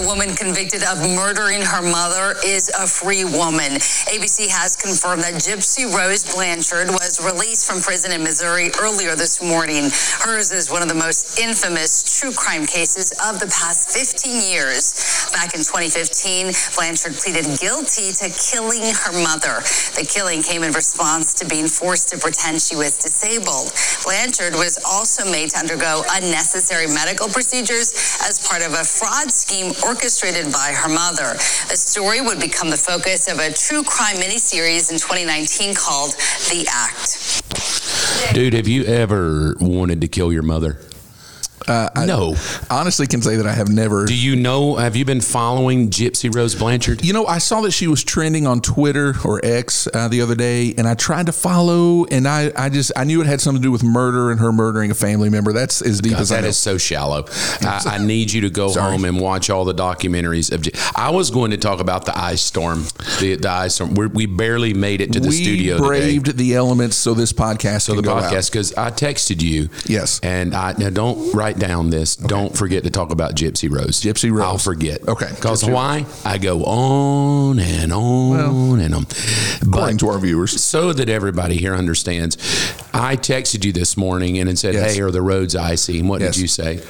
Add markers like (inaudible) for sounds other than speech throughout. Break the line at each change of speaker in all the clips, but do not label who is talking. woman convicted of murdering her mother is a free woman. ABC has confirmed that Gypsy Rose Blanchard was released from prison in Missouri earlier this morning. Hers is one of the most infamous true crime cases of the past 15 years. Back in 2015, Blanchard pleaded guilty to killing her mother. The killing came in response to being forced to pretend she was disabled. Blanchard was also made to undergo unnecessary medical procedures as part of a fraud scheme orchestrated by her mother. The story would become the focus of a true crime miniseries in 2019 called The Act.
Dude, have you ever wanted to kill your mother?
Uh, I
no.
honestly can say that I have never.
Do you know? Have you been following Gypsy Rose Blanchard?
You know, I saw that she was trending on Twitter or X uh, the other day, and I tried to follow, and I, I just I knew it had something to do with murder and her murdering a family member. That's as deep as I
That
know.
is so shallow. I,
(laughs)
I need you to go home and watch all the documentaries. Of, Gy- I was going to talk about the ice storm. The, the ice storm. We're, we barely made it to the
we
studio today.
braved the elements so this podcast
So
can
the
go out.
podcast because I texted you.
Yes.
And I now don't write down this. Don't forget to talk about Gypsy Rose.
Gypsy Rose.
I'll forget.
Okay.
Because
Gypsy
why? I go on and on and on.
According to our viewers,
so that everybody here understands, I texted you this morning and it said,
Yes.
"Hey, are the roads icy?" And what
Yes.
did you say?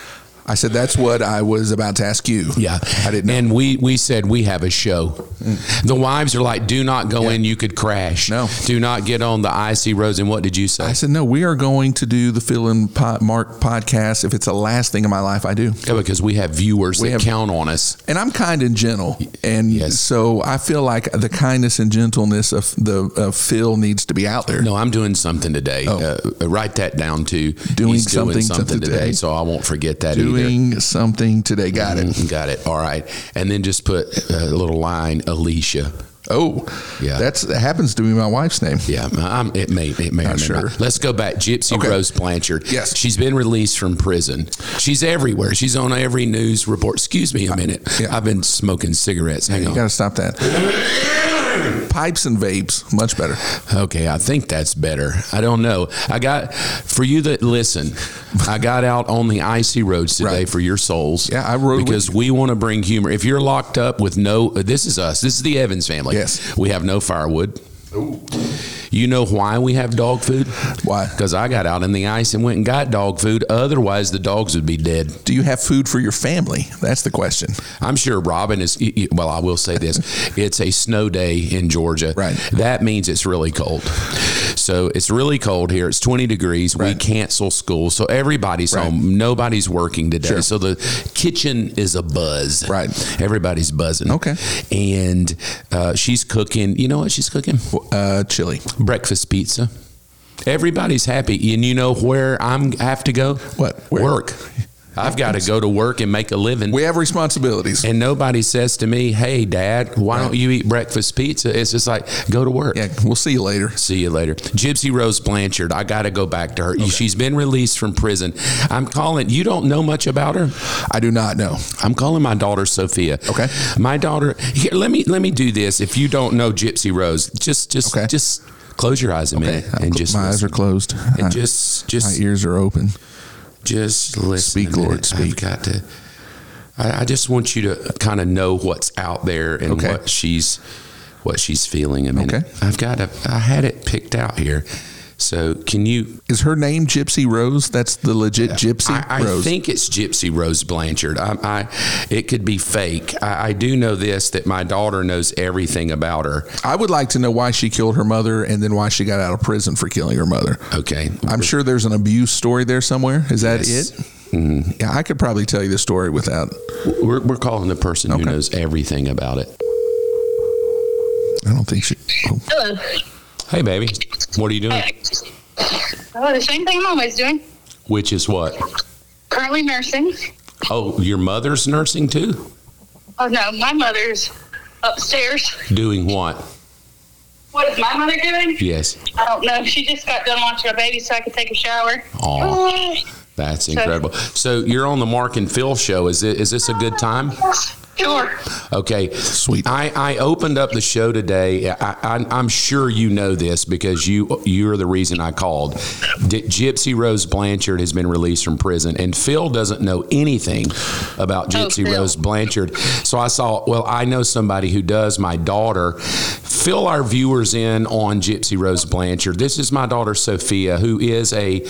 I said that's what I was about to ask you.
Yeah,
I didn't. Know. Mm.
And we we said we have a show. The wives are like, "Do not go in; you could crash.
No.
do not get on the icy roads." And what did you say?
I said no. We are going to do the fill in po- mark podcast if it's the last thing in my life I do.
Yeah, because we have viewers that
have-
count on us.
and I'm kind and gentle, and
Yes.
so I feel like the kindness and gentleness of the of Phil needs to be out there.
No, I'm doing something today. Uh, write that down too.
Oh. Doing
He's doing
something
something
today.
today, so I won't forget that either.
Doing something today, got it.
Mm, Got it. All right, and then just put a little line, Alicia.
Oh,
Yeah.
that's that happens to be my wife's name.
Yeah, I'm, it may it may or may
sure.
not. Let's go back. Gypsy
Okay.
Rose Blanchard.
Yes.
she's been released from prison. She's everywhere. She's on every news report. Excuse me a minute.
yeah.
I've been smoking cigarettes. Hang
You
on.
got to stop that. Pipes and vapes, much better.
Okay, I think that's better. I don't know. I got for you that listen. I got out on the icy roads today
Right.
for your souls.
Yeah, I rode with
because we want to bring humor. If you're locked up with no, this is us. This is the Evans family.
Yes.
we have no firewood. You know why we have dog food?
Why?
Because I got out in the ice and went and got dog food. Otherwise, the dogs would be dead.
Do you have food for your family? That's the question.
I'm sure Robin is. y- y- Well, I will
(laughs)
say this: it's a snow day in Georgia.
Right.
That means it's really cold. So it's really cold here. It's 20 degrees. We
Right.
cancel school, so everybody's
Right.
home. Nobody's working today.
Sure.
So the kitchen is a buzz.
Right.
Everybody's buzzing.
Okay.
And uh, she's cooking. You know what she's cooking?
Uh, chili.
breakfast pizza. Everybody's happy, and you know where I'm have to go?
What? Where?
work? I've got to go to work and make a living.
We have responsibilities.
and nobody says to me, "Hey, Dad, why don't you eat breakfast pizza?" It's just like go to work.
Yeah, we'll see you later.
See you later, Gypsy Rose Blanchard. I got to go back to her. She's been released from prison. I'm calling. You don't know much about her.
I do not know.
I'm calling my daughter Sophia.
Okay.
My daughter here, let me let me do this. If you don't know Gypsy Rose, just just
Okay.
just close your eyes a minute
I'm
and
cl-
just
my eyes
listen.
are closed.
and
I-
just
my
just
ears are open.
just listen.
Speak,
a minute.
Lord, speak.
I've got to. I, I just want you to kind of know what's out there and
Okay.
what she's what she's feeling. A minute.
Okay.
I've got to. I had it picked out here. So can you?
Is her name Gypsy Rose? That's the legit Gypsy
I, I
Rose.
think it's Gypsy Rose Blanchard. I, I it could be fake. I, I do know this that my daughter knows everything about her.
I would like to know why she killed her mother and then why she got out of prison for killing her mother.
Okay.
I'm sure there's an abuse story there somewhere. Is that
Yes.
it? Yeah, I could probably tell you the story without.
We're, we're calling the person
Okay.
who knows everything about it.
I don't think she. oh,
Hello.
Hey, baby. What are you doing?
Oh, the same thing I'm always doing.
Which is what?
Currently nursing.
Oh, your mother's nursing too?
Oh no, my mother's upstairs.
Doing what?
What is my mother doing?
Yes.
I don't know. She just got done watching a baby, so I could take a shower.
Aw,
Oh.
that's incredible. So you're on the Mark and Phil show. Is it, is this a good time?
Sure.
Okay.
Sweet.
I, I opened up the show today. I, I, I'm sure you know this because you you're the reason I called. D- Gypsy Rose Blanchard has been released from prison, and Phil doesn't know anything about
Oh,
Gypsy
Phil.
Rose Blanchard. So I saw. Well, I know somebody who does. My daughter. Fill our viewers in on Gypsy Rose Blanchard. This is my daughter Sophia, who is a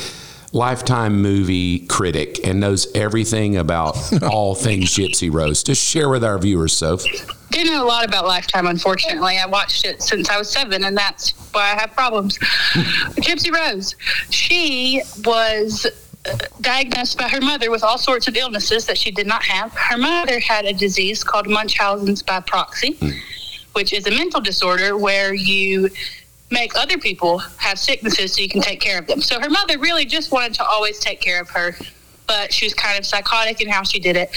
lifetime movie critic and knows everything about all things Gypsy Rose. Just share with our viewers, Soph.
Didn't know a lot about Lifetime, unfortunately. I watched it since I was seven, and that's why I have problems. Gypsy Rose, she was uh, diagnosed by her mother with all sorts of illnesses that she did not have. Her mother had a disease called Munchausen's by proxy, which is a mental disorder where you make other people have sicknesses so you can take care of them. So her mother really just wanted to always take care of her, but she was kind of psychotic in how she did it.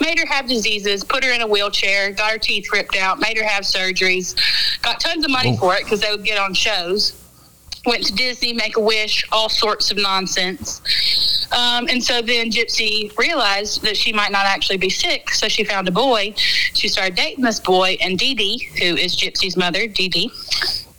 Made her have diseases, put her in a wheelchair, got her teeth ripped out, made her have surgeries, got tons of money for it because they would get on shows. Went to Disney, Make a Wish, all sorts of nonsense. Um, and so then Gypsy realized that she might not actually be sick. So she found a boy. She started dating this boy, and Dee Dee, who is Gypsy's mother, Dee Dee,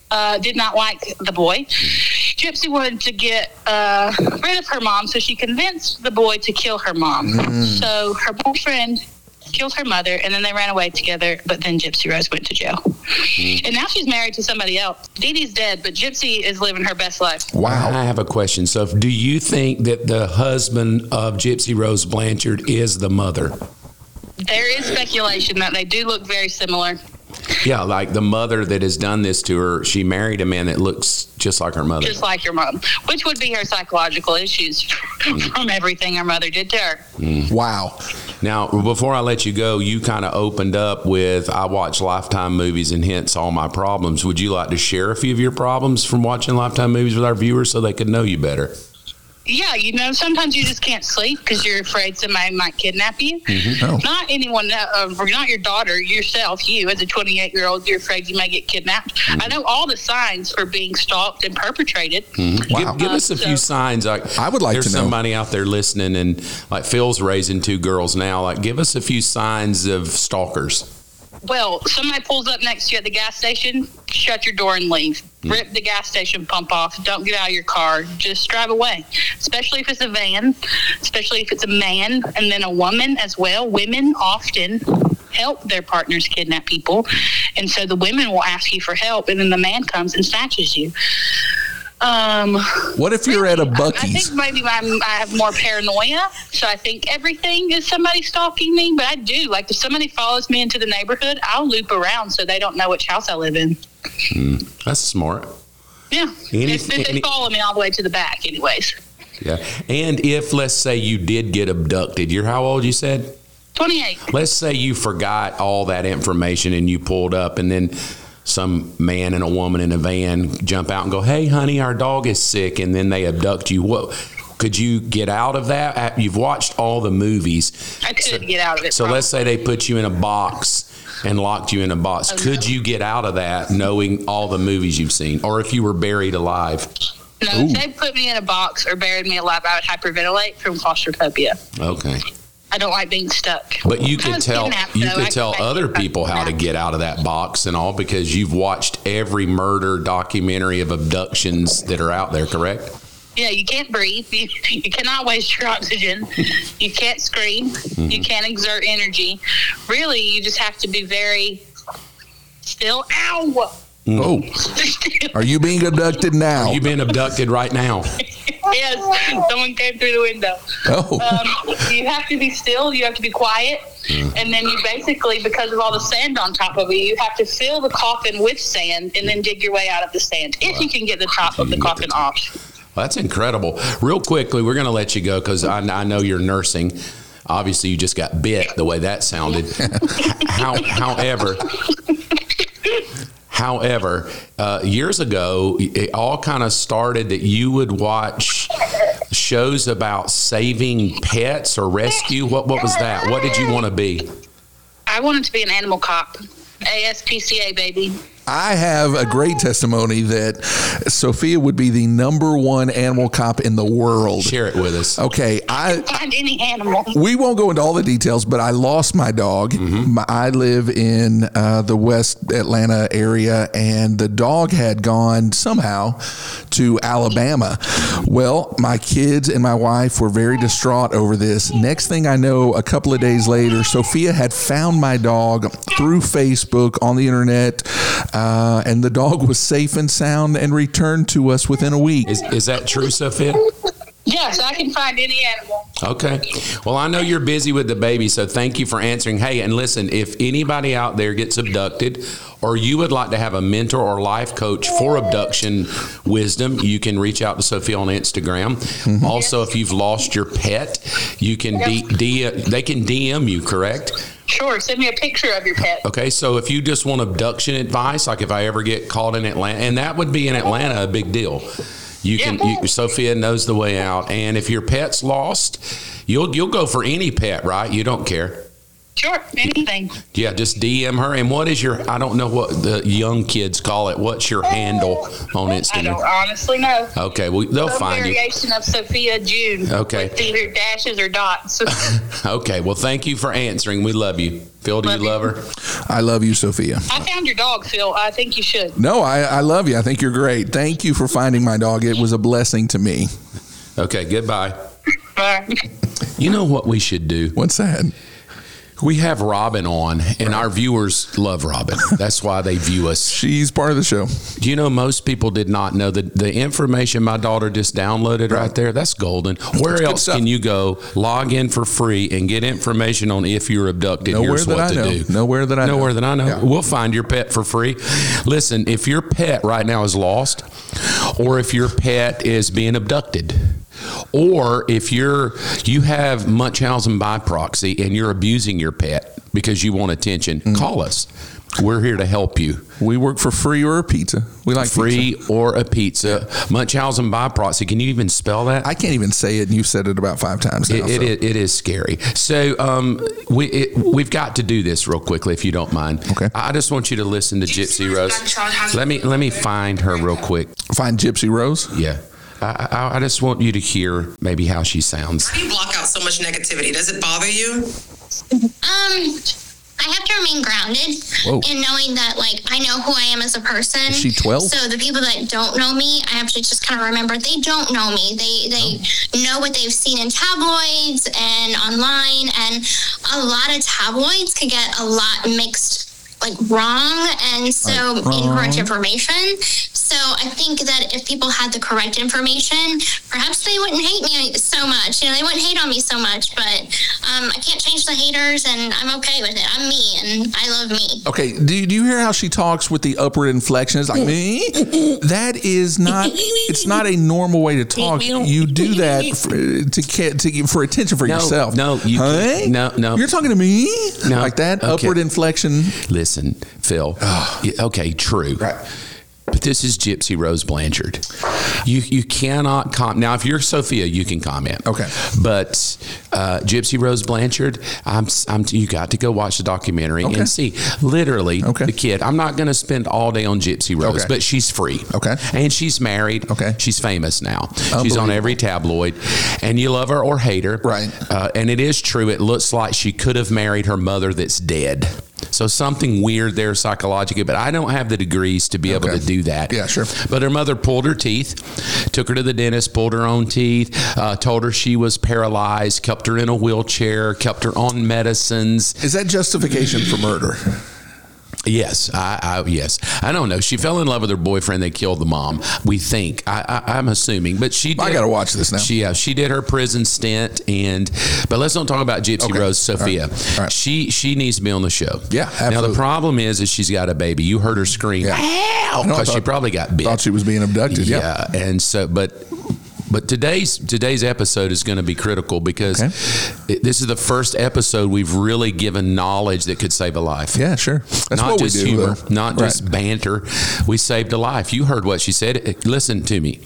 uh, did not like the boy. Gypsy wanted to get uh, rid of her mom, so she convinced the boy to kill her mom. So her boyfriend killed her mother, and then they ran away together. But then Gypsy Rose went to jail, and now she's married to somebody else. Dee Dee's dead, but Gypsy is living her best life.
Wow.
I have a question, Soph. Do you think that the husband of Gypsy Rose Blanchard is the mother?
There is speculation that they do look very similar.
Yeah, like the mother that has done this to her. She married a man that looks just like her mother.
just like your mom, which would be her psychological issues (laughs) from everything her mother did to her.
Wow. Oh,
Now, before I let you go, you kind of opened up with I watch Lifetime movies and hence all my problems. Would you like to share a few of your problems from watching Lifetime movies with our viewers so they could know you better?
Yeah, you know, sometimes you just can't sleep because you're afraid somebody might kidnap you.
Oh.
Not anyone, uh, or not your daughter, yourself, you as a 28 year old, you're afraid you may get kidnapped. I know all the signs for being stalked and perpetrated.
Wow.
Give, give us a few signs. Like
I would like
there's
to know.
somebody out there listening, and like Phil's raising two girls now. Like, give us a few signs of stalkers.
Well, somebody pulls up next to you at the gas station, shut your door and leave. Rip the gas station pump off. Don't get out of your car. Just drive away. Especially if it's a van, especially if it's a man and then a woman as well. Women often help their partners kidnap people. And so the women will ask you for help, and then the man comes and snatches you. Um,
What if you're at a
I
Bucky's?
think maybe I'm, I have more paranoia, so I think everything is somebody stalking me. But I do like if somebody follows me into the neighborhood, I'll loop around so they don't know which house I live in.
That's smart.
Yeah,
Any-
if, if
any-
they follow me all the way to the back, anyways.
Yeah. And if let's say you did get abducted, you're how old? You said.
Twenty-eight.
Let's say you forgot all that information and you pulled up, and then some man and a woman in a van jump out and go, "Hey, honey, our dog is sick," and then they abduct you. What? Could you get out of that? Uh, You've watched all the movies.
I could get out of it.
So let's say they put you in a box and locked you in a box. Could you get out of that knowing all the movies you've seen, or if you were buried alive?
no, if they put me in a box or buried me alive, I would hyperventilate from claustrophobia.
Okay,
I don't like being stuck.
but you
I
could
was
tell
kidnapped,
you
though. I
could tell
expect
other
if I
people how to
kidnapped.
get out of that box and all because you've watched every murder documentary of abductions that are out there. Correct?
Yeah, you can't breathe. (laughs) You, you cannot waste your oxygen. You can't scream.
Mm-hmm.
You can't exert energy. Really, you just have to be very still. Ow! (laughs)
Oh, are you being abducted now?
You've been abducted right now.
yes, someone came through the window.
Oh,
Um, you have to be still. You have to be quiet.
Mm.
And then you basically, because of all the sand on top of you, you have to fill the coffin with sand and then dig your way out of the sand if you can get the top of the
You can get the
coffin
top.
off.
Well, that's incredible. Real quickly, we're going to let you go because I, I know you're nursing. Obviously, you just got bit the way that sounded. How, however, however, uh, years ago, it all kind of started that you would watch shows about saving pets or rescue. What what was that? What did you want to be?
I wanted to be an animal cop. ASPCA, baby.
I have a great testimony that Sophia would be the number one animal cop in the world.
Share it with us.
Okay, I
Find any animal.
we won't go into all the details, but I lost my dog. My, I live in uh, the West Atlanta area, and the dog had gone somehow to Alabama. Well, my kids and my wife were very distraught over this. Next thing I know, a couple of days later, Sophia had found my dog through Facebook on the internet, uh, and the dog was safe and sound and returned to us within a week.
Is, is that true, Sophia?
Yes, I can find any animal.
Okay. Well, I know you're busy with the baby, so thank you for answering. Hey, and listen, if anybody out there gets abducted or you would like to have a mentor or life coach for abduction wisdom, you can reach out to Sophia on Instagram. Also, if you've lost your pet, you can D, D, they can DM you, correct?
Sure, send me a picture of your pet.
Okay, so if you just want abduction advice, like if I ever get caught in Atlanta, and that would be in Atlanta a big deal. You can, you, Sophia knows the way out. And if your pet's lost, you'll you'll go for any pet, right? You don't care.
Sure, anything.
Yeah, just DM her. And what is your? I don't know what the young kids call it. What's your handle on
I don't
Instagram?
honestly know.
Okay, well they'll
Some
find you.
variation of Sophia June.
Okay.
With either dashes or
(laughs)
dots.
Okay, well thank you for answering. We love you, Phil. Do you love
Love
her?
I love you, Sophia.
I found your dog, Phil. I think you should.
No, I, I love you. I think you're great. Thank you for finding my dog. It was a blessing to me.
Okay, goodbye.
Bye.
You know what we should do?
What's that?
We have Robin on, and our viewers love Robin. That's why they view us.
She's part of the show.
Do you know most people did not know that the information my daughter just downloaded right, there? That's golden. Where
That's good
else
stuff.
can you go log in for free and get information on if you're abducted?
Nowhere
Here's
that
what
I
to
know.
do.
Nowhere that I know.
Nowhere that I know.
Yeah.
We'll find your pet for free. Listen, if your pet right now is lost, or if your pet is being abducted, or if you're you have Munchausen by proxy and you're abusing your pet because you want attention,
Mm.
call us. We're here to help you.
We work for free or a pizza. We like pizza.
Free or a pizza. Munchausen by proxy. Can you even spell that?
I can't even say it, and you've said it about five times now.
It, it,
so.
is, it is scary. So um, we it, we've got to do this real quickly, if you don't mind.
Okay.
I just want you to listen to Gypsy Rose. Let me let me find her real quick.
Find Gypsy Rose.
Yeah. I, I, I just want you to hear maybe how she sounds.
How do you block out so much negativity? Does it bother you?
Um, I have to remain grounded
Whoa.
in knowing that, like, I know who I am as a person.
Is she 12?
So the people that don't know me, I have to just kind of remember they don't know me. They they
Oh.
know what they've seen in tabloids and online, and a lot of tabloids could get a lot mixed. Like wrong and so incorrect information. So I think that if people had the correct information, perhaps they wouldn't hate me so much. You know, they wouldn't hate on me so much. But um, I can't change the haters, and I'm okay with it. I'm me, and I love me.
Okay. Do, do you hear how she talks with the upward inflection? It's like me. That is not. It's not a normal way to talk. You do that for, to get to get- for attention for
No,
yourself.
no, you
Huh?
can't. No, no.
You're talking to me
No.
like that
Okay.
upward inflection.
Listen, Phil. Yeah, okay, true.
Right.
But this is Gypsy Rose Blanchard. You you cannot com now. If you're Sophia, you can comment.
Okay.
But uh, Gypsy Rose Blanchard, I'm, I'm you got to go watch the documentary
Okay.
and see literally
Okay.
the kid. I'm not going to spend all day on Gypsy Rose,
Okay.
but she's free.
Okay.
And she's married.
Okay.
She's famous now. She's on
Unbelievable.
every tabloid, and you love her or hate her.
Right.
Uh, and it is true. It looks like she could have married her mother that's dead. So something weird there psychologically, but I don't have the degrees to be able
Okay.
to do that.
Yeah, sure.
But her mother pulled her teeth, took her to the dentist, pulled her own teeth, uh, told her she was paralyzed, kept her in a wheelchair, kept her on medicines.
Is that justification for murder?
Yes, I, I yes, I don't know. She fell in love with her boyfriend. They killed the mom. We think. I, I, I'm assuming, but she. Did,
I gotta watch this now.
She, yeah, she did her prison stint, and but let's not talk about Gypsy
Okay.
Rose
All right.
Sophia.
All right.
She she needs to be on the show.
Yeah,
Now
absolutely.
the problem is, is she's got a baby. You heard her scream.
Yeah.
Ow!
No, I
Because she
thought-
probably got bit.
Thought she was being abducted. Yeah.
Yeah, and so but but today's today's episode is going to be critical because
Okay.
it- this is the first episode we've really given knowledge that could save a life.
Yeah, sure. That's
not
what
just
we do.
humor,
though.
not just
Right.
banter. We saved a life. You heard what she said. Eh, Listen to me.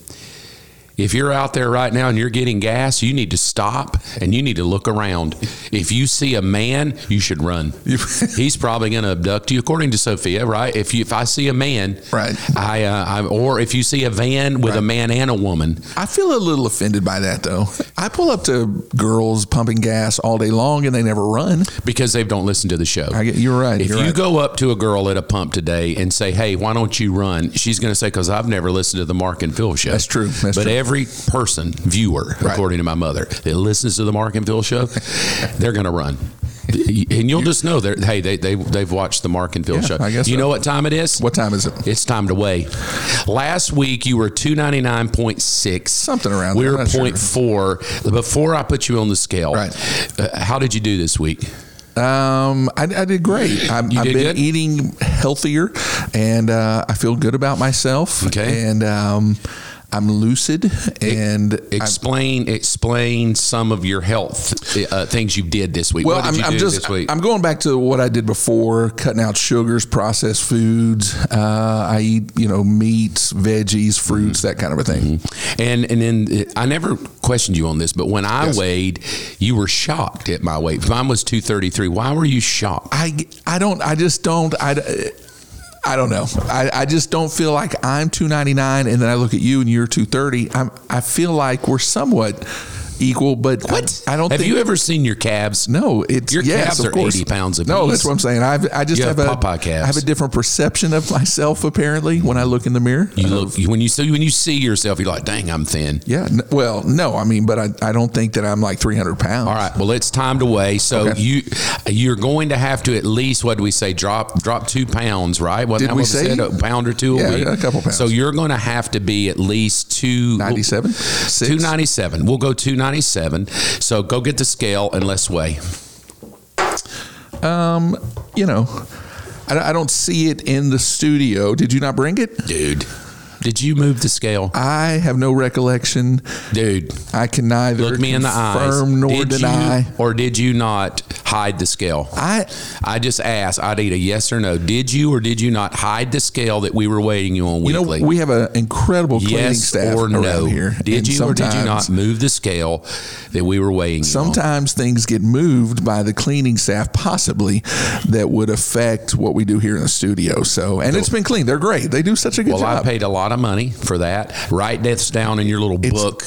If you're out there right now and you're getting gas, you need to stop and you need to look around. If you see a man, you should run. He's probably going to abduct you, according to Sophia, right? If you, if I see a man,
Right.
I, uh, I or if you see a van with a
Right.
man and a woman,
(laughs) I feel a little offended by that though. I pull up to girls pumping gas all day long and they never run.
because they don't listen to the show.
I get, you're right.
If
you're
you
right.
go up to a girl at a pump today and say, "Hey, why don't you run?" She's going to say, "Because I've never listened to the Mark and Phil show."
That's true. That's
but
true.
every person, viewer,
Right.
according to my mother, that listens to the Mark and Phil show, they're going to run. And you'll just know that hey, they they they've watched the Mark and Phil
Yeah,
show.
I guess
you
so.
know what time it is?
what time is it?
It's time to weigh. Last week you were two ninety nine point six,
Something around
We
there,
were
I'm not sure.
point four before I put you on the scale.
Right.
Uh, how did you do this week?
Um, I, I did great. I,
You
I've
did
been
good?
eating healthier, and uh, I feel good about myself.
Okay.
and um, I'm lucid, and I-
Explain, explain some of your health uh, things you did this week.
well,
what did
I'm,
you
I'm
do
just
this week?
I'm going back to what I did before, cutting out sugars, processed foods. Uh, I eat you know meats, veggies, fruits,
Mm-hmm.
that kind of a thing.
and and then uh, I never questioned you on this, but when I
Yes.
weighed, you were shocked at my weight. Mine was two thirty three. Why were you shocked?
I I don't I just don't I. I don't know. I, I just don't feel like I'm 299, and then I look at you and you're 230. I'm, I feel like we're somewhat equal, but I, I don't
Have
think
you ever seen your calves?
No, it's
Your
yes,
calves
of
are
course.
80 pounds apiece.
No, that's what I'm saying. I've, I just
You have
have, a
Popeye calves.
I have a different perception of myself apparently when I look in the mirror.
You look you- when you see when you see yourself, you're like, dang, I'm thin.
yeah. n- well, no, I mean, but I, I don't think that I'm like 300 pounds.
All right. Well, it's time to weigh. So
Okay.
you you're going to have to at least what do we say drop drop two pounds, right?
Did
Wasn't that
we
what
say?
said? A pound or two a
Yeah,
week.
yeah, a couple pounds.
So you're going to have to be at least two
97? Six?
Two ninety seven. We'll go two ninety seven. So go get the scale and let's weigh.
Um, you know, I, I don't see it in the studio. Did you not bring it?
Dude. Did you move the scale?
I have no recollection.
Dude,
I can neither
look me in the eyes.
confirm nor
Did you-
deny.
or did you not hide the scale?
I
I just asked. I need a yes or no. Did you or did you not hide the scale that we were weighing you on
you
weekly?
know we have an incredible cleaning
yes
staff
or
around
no?
here.
Did
and
you or did you
sometimes-
not move the scale that we were weighing? you on?
Sometimes things get moved by the cleaning staff, possibly that would affect what we do here in the studio. So, and it's been clean. They're great. They do such a good
Well, I
job.
paid a lot of money for that. Write this down in your little
(laughs)
book.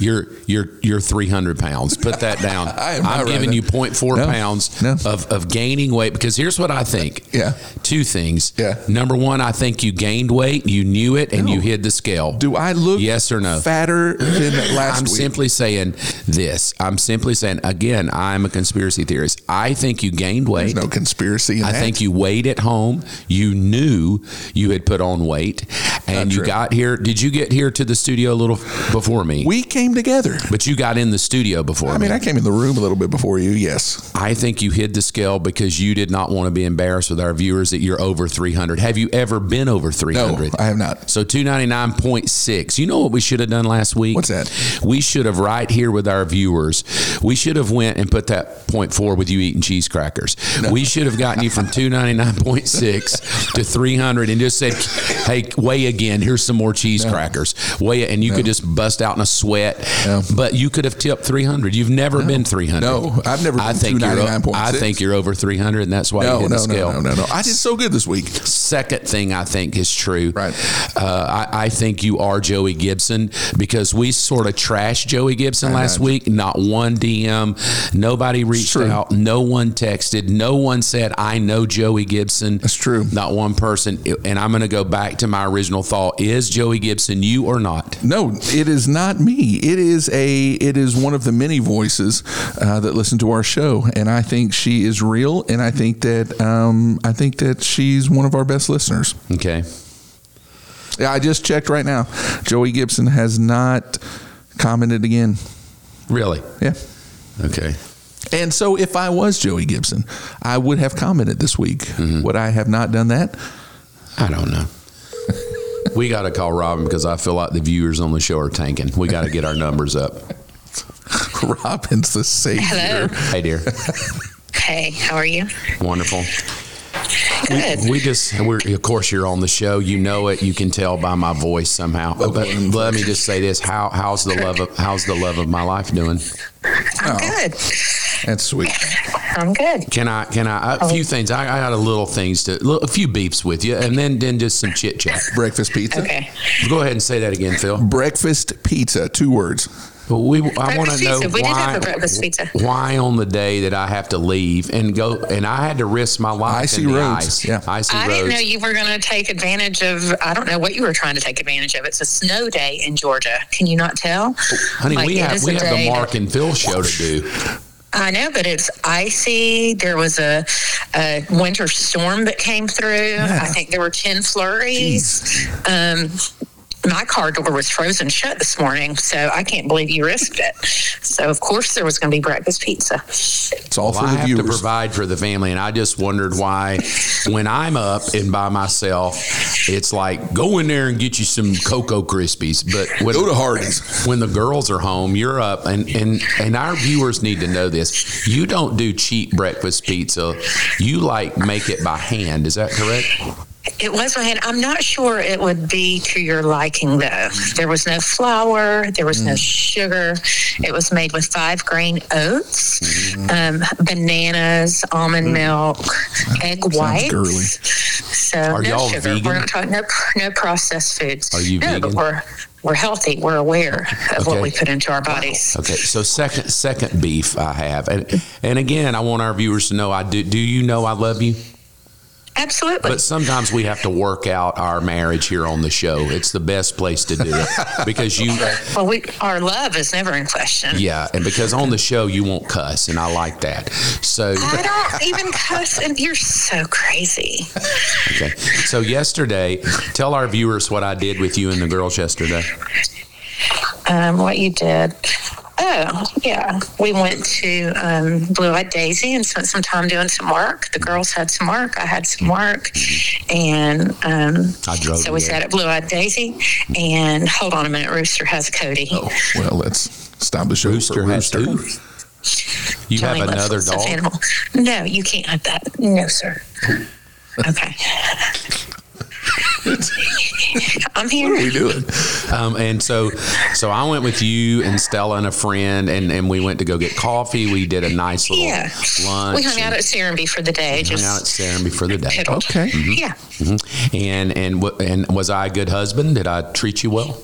You're you're you're 300 pounds. Put that down.
I am not
I'm giving
writing
you
it.
0.4
No,
pounds
no.
of of gaining weight because here's what I think.
Yeah.
Two things.
Yeah.
Number one, I think you gained weight. You knew it, and you hid the scale.
do I look
Yes or no?
fatter than last
I'm
week?
simply saying this. I'm simply saying again. I'm a conspiracy theorist. I think you gained weight.
There's no conspiracy. In
I
that.
think you weighed at home. You knew you had put on weight, and
Not
you
true.
got here. Did you get here to the studio a little before me?
we came together.
but you got in the studio before
I
me.
mean, I came in the room a little bit before you. Yes,
I think you hid the scale because you did not want to be embarrassed with our viewers that you're over 300. Have you ever been over 300?
I have not.
So 299.6. You know what we should have done last week?
What's that?
We should have right here with our viewers. We should have went and put that point four with you eating cheese crackers. We should have gotten you from 299.6 to 300 and just said, "Hey, weigh again. Here's some more cheese crackers. Weigh it." And you could just bust out in a sweat.
No.
But you could have tipped 300. You've never been 300.
No, I've never
I
been
think you're o- I
299.6.
think you're over 300 and that's why you
No,
hit the
no, no,
scale
no, no, no. I did so good this week.
second thing I think is true.
Right.
Uh, I, I think you are Joey Gibson because we sort of trashed Joey Gibson last
know.
week. Not one DM, nobody reached
true.
out, no one texted, no one said, I know Joey Gibson.
That's true.
Not one person. And I'm going to go back to my original thought is Joey Gibson you or not?
No, it is not me. It is a. It is one of the many voices uh, that listen to our show, and I think she is real, and I think that um, I think that she's one of our best listeners.
Okay.
Yeah, I just checked right now. Joey Gibson has not commented again.
Really?
Yeah.
Okay.
And so, if I was Joey Gibson, I would have commented this week.
Mm-hmm.
Would I have not done that? (laughs)
I don't know. we got to call Robin because I feel like the viewers on the show are tanking. We got to get our numbers up.
Robin's the savior.
Hello.
Hey, dear.
(laughs)
Hey, how are you?
Wonderful.
Good.
We just, we're, of course, you're on the show. You know it. You can tell by my voice somehow. But let me just say this: how how's the love of how's the love of my life doing?
I'm good.
That's sweet.
I'm good.
Can I can I a
Oh.
few things? I, I got a little things to li- a few beeps with you, and then then just some chit chat.
Breakfast pizza.
Okay.
Go ahead and say that again, Phil.
Breakfast pizza. Two words.
Well, we, I want to
pizza.
know
We did
why,
have a breakfast pizza.
why on the day that I have to leave and go, and I had to risk my life
Icy
in the
roads.
ice.
Yeah.
Icy
I
roads.
didn't know you were going to take advantage of. I don't know what you were trying to take advantage of. It's a snow day in Georgia. Can you not tell?
Honey,
Like,
we
it
have
is
we
a
have the
day that-
Mark and Phil show to do.
I know, but it's icy. There was a, a winter storm that came through. I think there were ten flurries. Um, my car door was frozen shut this morning, so I can't believe you risked it. So of course there was going to be breakfast pizza.
It's all
Well,
for
I
the
have to
viewers.
provide for the family, and I just wondered why, when I'm up and by myself, it's like go in there and get you some Cocoa Krispies. But when,
Go to Hardee's.
When the girls are home, you're up, and and and our viewers need to know this. You don't do cheap breakfast pizza. You like make it by hand. Is that correct?
It was my hand. I'm not sure it would be to your liking, though. There was no flour, there was
Mm.
no sugar. It was made with five grain oats,
Mm-hmm.
um, bananas, almond
Mm.
milk, egg whites.
girly.
So
Are
no
y'all
sugar.
vegan?
We're not talking no, no processed foods.
Are you
no,
vegan?
but we're we're healthy. We're aware
Okay.
of what we put into our bodies.
Okay, so second second beef I have, and and again, I want our viewers to know I do. Do you know I love you?
Absolutely.
But sometimes we have to work out our marriage here on the show. It's the best place to do it because you,
well, we our love is never in question.
yeah, and because on the show you won't cuss, and I like that. So,
I don't even cuss, and you're so crazy.
okay. So yesterday, tell our viewers what I did with you and the girls yesterday.
um, what you did. Oh, yeah. We went to um, Blue Eyed Daisy and spent some time doing some work. The girls had some work. I had some work. And um,
I drove
so
you
we
there.
sat at Blue Eyed Daisy. And hold on a minute, Rooster has a Cody.
Oh,
Oh, Well, let's stop the show
Rooster
for
has
Rooster.
two. You have
Johnny loves
another
lots of
dog.
animal- No, you can't have that. No, sir.
(laughs)
Okay. I'm here.
What are we doing?
Um, and so, so I went with you and Stella and a friend, and, and we went to go get coffee. We did a nice little
Yeah.
lunch.
We hung out
and
at Serenby for the
hung out
day.
at
Just
Sarum before the day. Mm-hmm.
piddled.
(laughs) Okay.
(laughs)
Yeah.
And and wa- and was I a good husband? Did I treat you well?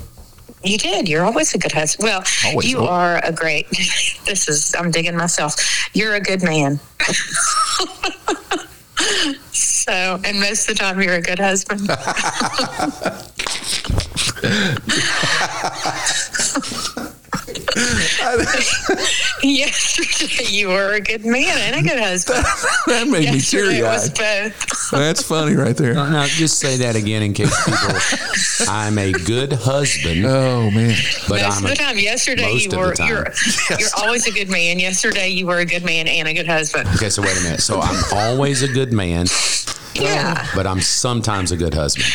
You did. You're always a good husband. Well,
Always.
you are a great. (laughs) This is. I'm digging myself. You're a good man. (laughs) so, and most of the time, you're a good husband. (laughs) Yesterday, you were a good man and
(laughs)
a good husband.
That made me
Yesterday
teary
it was
eyed.
both.
That's funny
(laughs)
right there.
No, no, Uh-huh. just say that again in case people. I'm a good husband,
Oh man.
but
Most
I'm
of
a,
the time. Yesterday,
most of the
you were.
time.
You're,
(laughs)
you're always a good man. Yesterday, you were a good man and a good husband.
okay. So wait a minute. So I'm always a good man,
Yeah.
but I'm sometimes a good husband.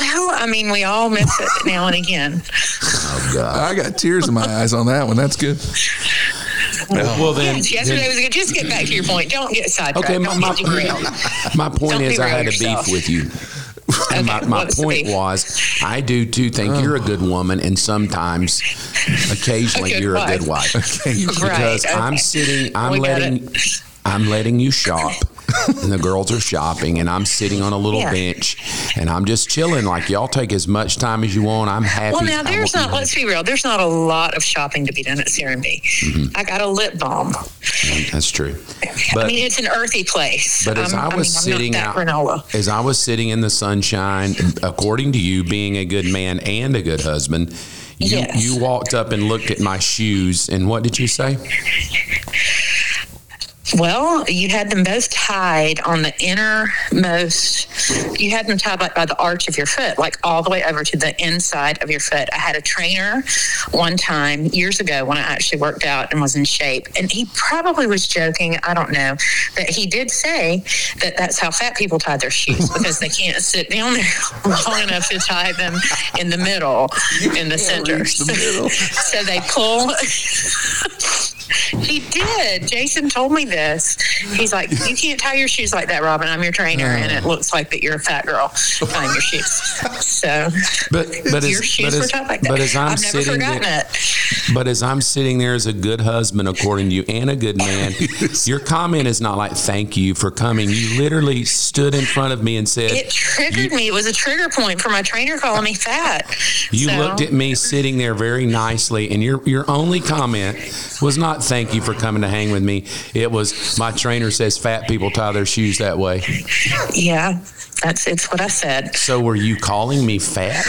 Well, I mean, we all miss it now and again.
I got tears in my eyes on that one. That's good.
Well, then,
Yes, yesterday was good. Just get back to your point. Don't get sidetracked.
Okay, my,
Don't
my,
get derailed.
my point
Don't
is I
derail
had
yourself.
a beef with you. And my
Okay,
my
what was the
point
beef?
was I do too think you're a good woman and sometimes occasionally
A good
you're a good wife.
wife.
(laughs)
Right,
Because I'm
okay.
sitting I'm
We got
letting I'm letting you shop.
(laughs)
and the girls are shopping and I'm sitting on a little
Yeah.
bench and I'm just chilling like y'all take as much time as you want. I'm happy.
Well, now
I
there's
want
not.
you
Let's be real. There's not a lot of shopping to be done at Serenby. I got a lip balm.
to- That's true.
I
Mm-hmm. But
mean, it's an earthy place.
But as
I'm-
i was
mean, I'm
sitting
not
out,
that granola.
as I was sitting in the sunshine, according to you, being a good man and a good husband, you,
Yes.
you walked up and looked at my shoes, and what did you say?
Well, you had them both tied on the innermost. You had them tied like by the arch of your foot, like all the way over to the inside of your foot. I had a trainer one time years ago when I actually worked out and was in shape, and he probably was joking. I don't know that he did say that that's how fat people tie their shoes because they can't sit down there (laughs) long enough to tie them in the (laughs) middle, in the center.
Reach the middle.
so they pull. He did. Jason told me this. He's like, you can't tie your shoes like that, Robin. I'm your trainer, and
Uh.
it looks like that you're a fat girl tying your shoes. So,
But but
your
as,
shoes
but
were
as,
tied like that.
but as I'm
have never
sitting
forgotten
there,
it.
but as I'm sitting there as a good husband, according to you, and a good
(laughs)
man, your comment is not like "thank you for coming." You literally stood in front of me and said,
It triggered me. It was a trigger point for my trainer calling me fat.
You
So-
looked at me sitting there very nicely, and your your only comment was not "thank you for coming to hang with me." It was my trainer says fat people tie their shoes that way.
Yeah, that's it's what I said.
So were you calling me fat?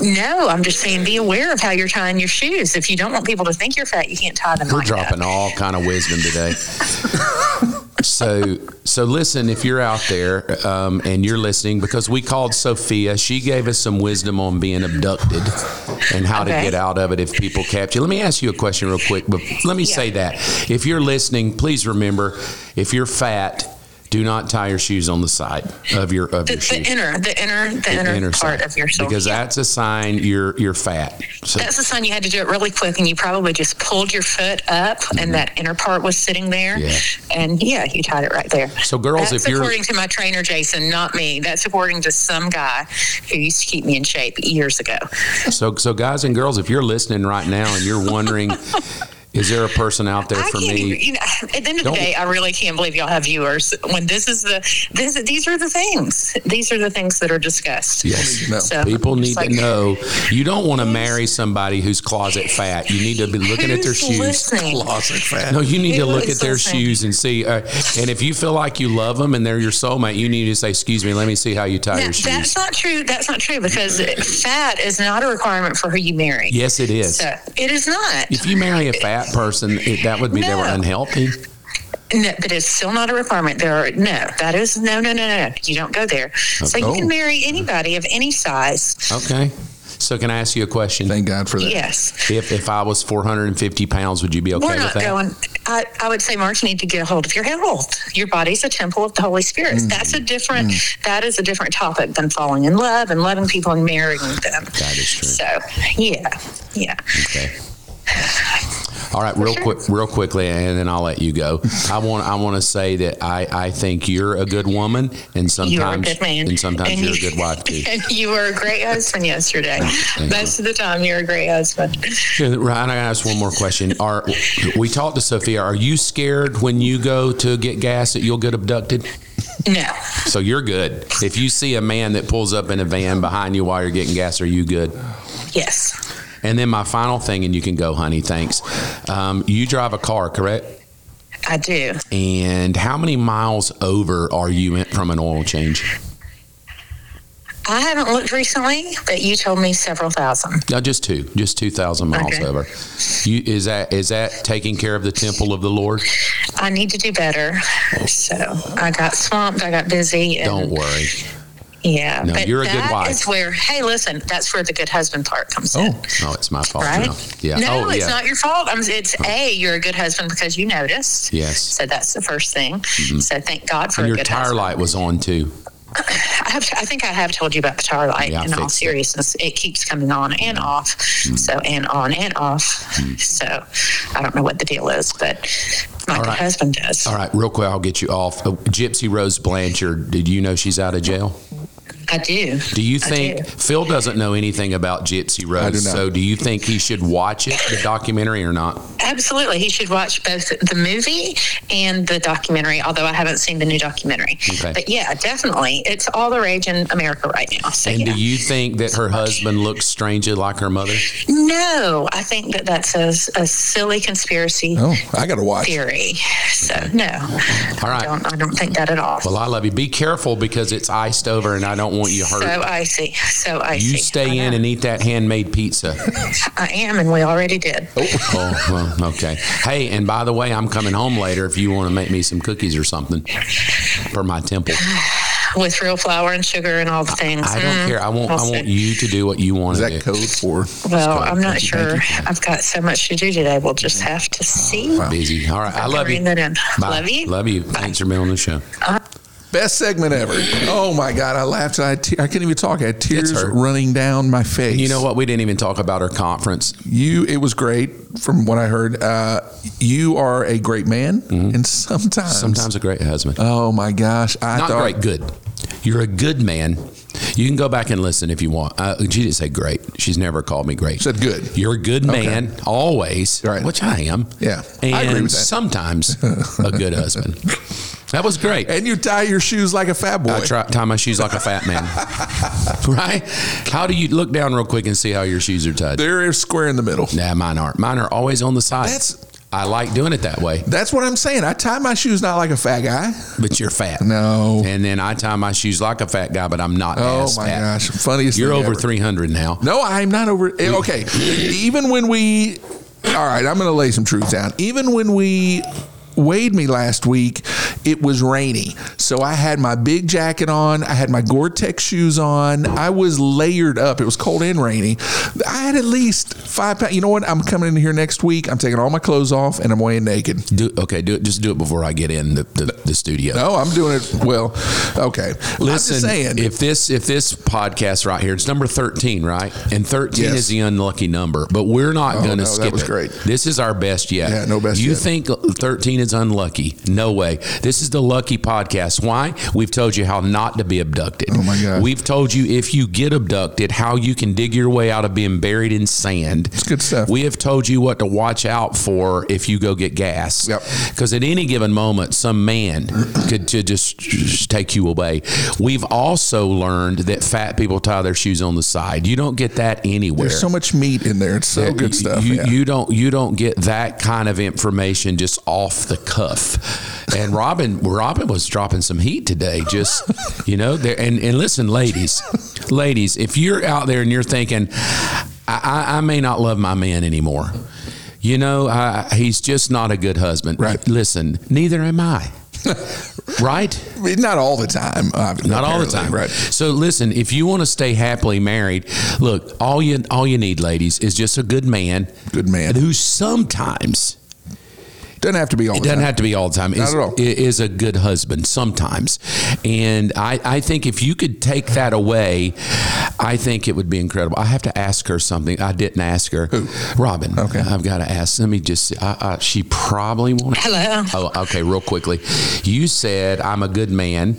No, I'm just saying be aware of how you're tying your shoes. If you don't want people to think you're fat, you can't tie them.
We're
like
dropping
that.
all kind of wisdom today. so so listen, if you're out there um, and you're listening, because we called Sophia, she gave us some wisdom on being abducted and how to
Okay.
get out of it if people capture. Let me ask you a question real quick, but let me
Yeah.
say that if you're listening, please remember if you're fat. Do not tie your shoes on the side of your of
The,
your shoes.
the inner, the inner, the, inner,
inner
part
side.
of your soul.
because
Yeah.
that's a sign you're you're fat. So
That's the sign you had to do it really quick, and you probably just pulled your foot up, and that inner part was sitting there.
Mm-hmm. Yeah.
And yeah, you tied it right there.
So, girls,
That's
if you're-
according to my trainer Jason, not me. That's according to some guy who used to keep me in shape years ago.
So, so guys and girls, if you're listening right now and you're wondering, is there a person out there
I
for
can't even,
me?
you know, at the end of
Don't-
the day, I really can't believe y'all have viewers when this is the this these are the things these are the things that are discussed.
Yes.
No.
So
People
it's
need
like,
to know you don't want to marry somebody who's closet fat. You need to be looking at their
who's
shoes.
Listening?
Closet fat.
No, you need to
Who
look at
is
their
listening?
shoes and see. Uh, and if you feel like you love them and they're your soulmate, you need to say, "Excuse me, let me see how you tie
No,
your
that's
shoes."
not true. That's not true because fat is not a requirement for who you marry.
Yes, it is.
So it is not.
If you marry a fat person, it, that would mean they were
No.
unhealthy.
No, but it's still not a requirement. There are no. That is no, no, no, no. no. You don't go there. So you
Oh.
can marry anybody of any size.
Okay. So, can I ask you a question?
Thank God for that.
Yes.
If if I was 450 pounds, would you be okay
We're
with
not
that?
going. I, I would say, Mark, you need to get a hold of your health. Your body's a temple of the Holy Spirit.
Mm,
That's a different. That is a different topic than falling in love and loving people and marrying them.
That is true.
So yeah, yeah.
Okay. All right, real quick, real quickly, and then I'll let you go. I want, I want to say that I, I think you're a good woman, and sometimes,
You're a good man.
and sometimes
And
you're
you-
a
(laughs)
good wife too.
And you were a great husband yesterday.
you.
Most of the time, you're a great husband.
Ryan, I gotta ask one more question. Are we talked to Sophia? Are you scared when you go to get gas that you'll get abducted?
No,
So you're good. If you see a man that pulls up in a van behind you while you're getting gas, are you good?
yes,
And then my final thing, and you can go, honey. Thanks. Um, you drive a car, correct?
I do.
And how many miles over are you in- from an oil change?
I haven't looked recently, but you told me several thousand.
No, just two, just two thousand miles
Okay.
over. You, is that is that taking care of the temple of the Lord?
I need to do better. So I got swamped. I got busy. And
Don't worry.
Yeah,
No,
but
you're a good
that
wife.
is where. Hey, listen, that's where the good husband part comes in.
Oh, it's my fault.
Right?
now. Yeah.
No,
oh,
it's
yeah. Oh.
not your fault. I'm, it's a you're a good husband because you noticed.
Yes. Mm-hmm.
So that's the first thing. So thank God for
and
a
your
good
tire
husband.
light was on too.
I, have, I think I have told you about the tire light
Yeah, I
in all
fixed it. Mm-hmm.
seriousness. It. keeps coming on and off. So, and on and off. So, I don't know what the deal is, but my good
right.
husband does.
All right, real quick, I'll get you off. Uh, Gypsy Rose Blanchard. Did you know she's out of jail?
I do.
Do you
I
think
do.
Phil doesn't know anything about Gypsy Rose?
not.
So, do you think he should watch it, the documentary, or not?
Absolutely. He should watch both the movie and the documentary, although I haven't seen the new documentary.
Okay.
But yeah, definitely. It's all the rage in America right now. So,
And
yeah.
do you think that her husband looks strangely like her mother?
no, I think that that's a, a silly conspiracy
Oh, I got to watch.
theory. So, no.
All right.
I don't, I don't think that at all.
Well, I love you. Be careful because it's iced over, and I don't want you hurt.
So icy. So icy.
you
I
stay in
know.
and eat that handmade
(laughs)
pizza.
I am, and we already did.
oh, well, okay. Hey, and by the way, I'm coming home later if you want to make me some cookies or something for my temple.
With real flour and sugar and all the things.
I don't
Mm,
care. I want
we'll
I want
see.
you to do what you want
Is
to
that
do.
code for?
Well, I'm not
Thank you,
sure.
thank you.
I've got so much to do today. We'll just have to see.
Busy. All right. I love you.
Bring that in.
Bye.
Love you.
Love you. Thanks for being on the show.
Best segment ever. Oh my God. I laughed. I, te- I couldn't even talk. I had tears
hurt.
running down my face.
You know what? We didn't even talk about our conference.
You, it was great from what I heard. Uh, you are a great man. And sometimes,
Mm-hmm. Sometimes a great husband.
oh my gosh. I
Not
thought,
great, good. You're a good man. You can go back and listen if you want. Uh, she didn't say great. She's never called me great.
Said good.
You're a good man, always,
Right.
which I am.
Yeah, I
And
agree with that.
sometimes a
(laughs)
good husband. That was great.
And you tie your shoes like a fat boy.
I try, tie my shoes like a
(laughs)
fat man. right? How do you look down real quick and see how your shoes are tied?
They're square in the middle.
nah, mine aren't. Mine are always on the side.
That's-
I like doing it that way,
That's what I'm saying. I tie my shoes not like a fat guy.
but
(laughs)
you're fat.
No.
And then I tie my shoes like a fat guy, but I'm not.
Oh
as
my
fat.
gosh. Funniest
You're
thing
over
ever.
300 now.
No, I'm not over. eh, Okay. Even when we, all right, I'm going to lay some truth down. Even when we weighed me last week, it was rainy. So I had my big jacket on. I had my Gore Tex shoes on. I was layered up. It was cold and rainy. I had at least five pounds. You know what? I'm coming in here next week. I'm taking all my clothes off and I'm weighing naked.
Do, okay, do it. Just do it before I get in the, the, the studio.
No, I'm doing it. Well, okay. I'm just
Listen,
saying.
if this if this podcast right here, it's number thirteen, right? And thirteen
Yes. Oh,
is the unlucky number, but we're not going
no,
to
that
skip
was
it.
great.
This is our best yet.
Yeah, no best
You
yet.
think thirteen is unlucky? No way. This is the lucky podcast. Why? We've told you how not to be abducted.
Oh, my God.
We've told you if you get abducted, how you can dig your way out of being buried in sand. It's
good stuff.
We have told you what to watch out for if you go get gas.
Yep.
Because at any given moment, some man could to just, just take you away. We've also learned that fat people tie their shoes on the side. You don't get that anywhere.
there's so much meat in there. It's so
You-
good stuff.
You,
yeah.
you don't you don't get that kind of information just off the cuff. And Robin Robin was dropping some heat today. Just you know there and and listen, ladies, ladies, if you're out there and you're thinking, I, I, I may not love my man anymore. You know, I, he's just not a good husband.
Right.
Listen, neither am I. right?
I mean, not all the time. uh,
Not all the
apparently,
time,
Right.
So listen, if you want to stay happily married, look, all you all you need, ladies, is just a good man,
Good man.
and who sometimes
Doesn't have to be all
it
the
doesn't
time.
have to be all the time.
Not
Is,
at all.
i- is a good husband sometimes, and I I think if you could take that away, I think it would be incredible. I have to ask her something. I didn't ask her. Robin.
Okay.
I've got to ask. Let me just. see. I, I, she probably won't.
Hello.
Oh, okay. Real quickly, you said I'm a good man.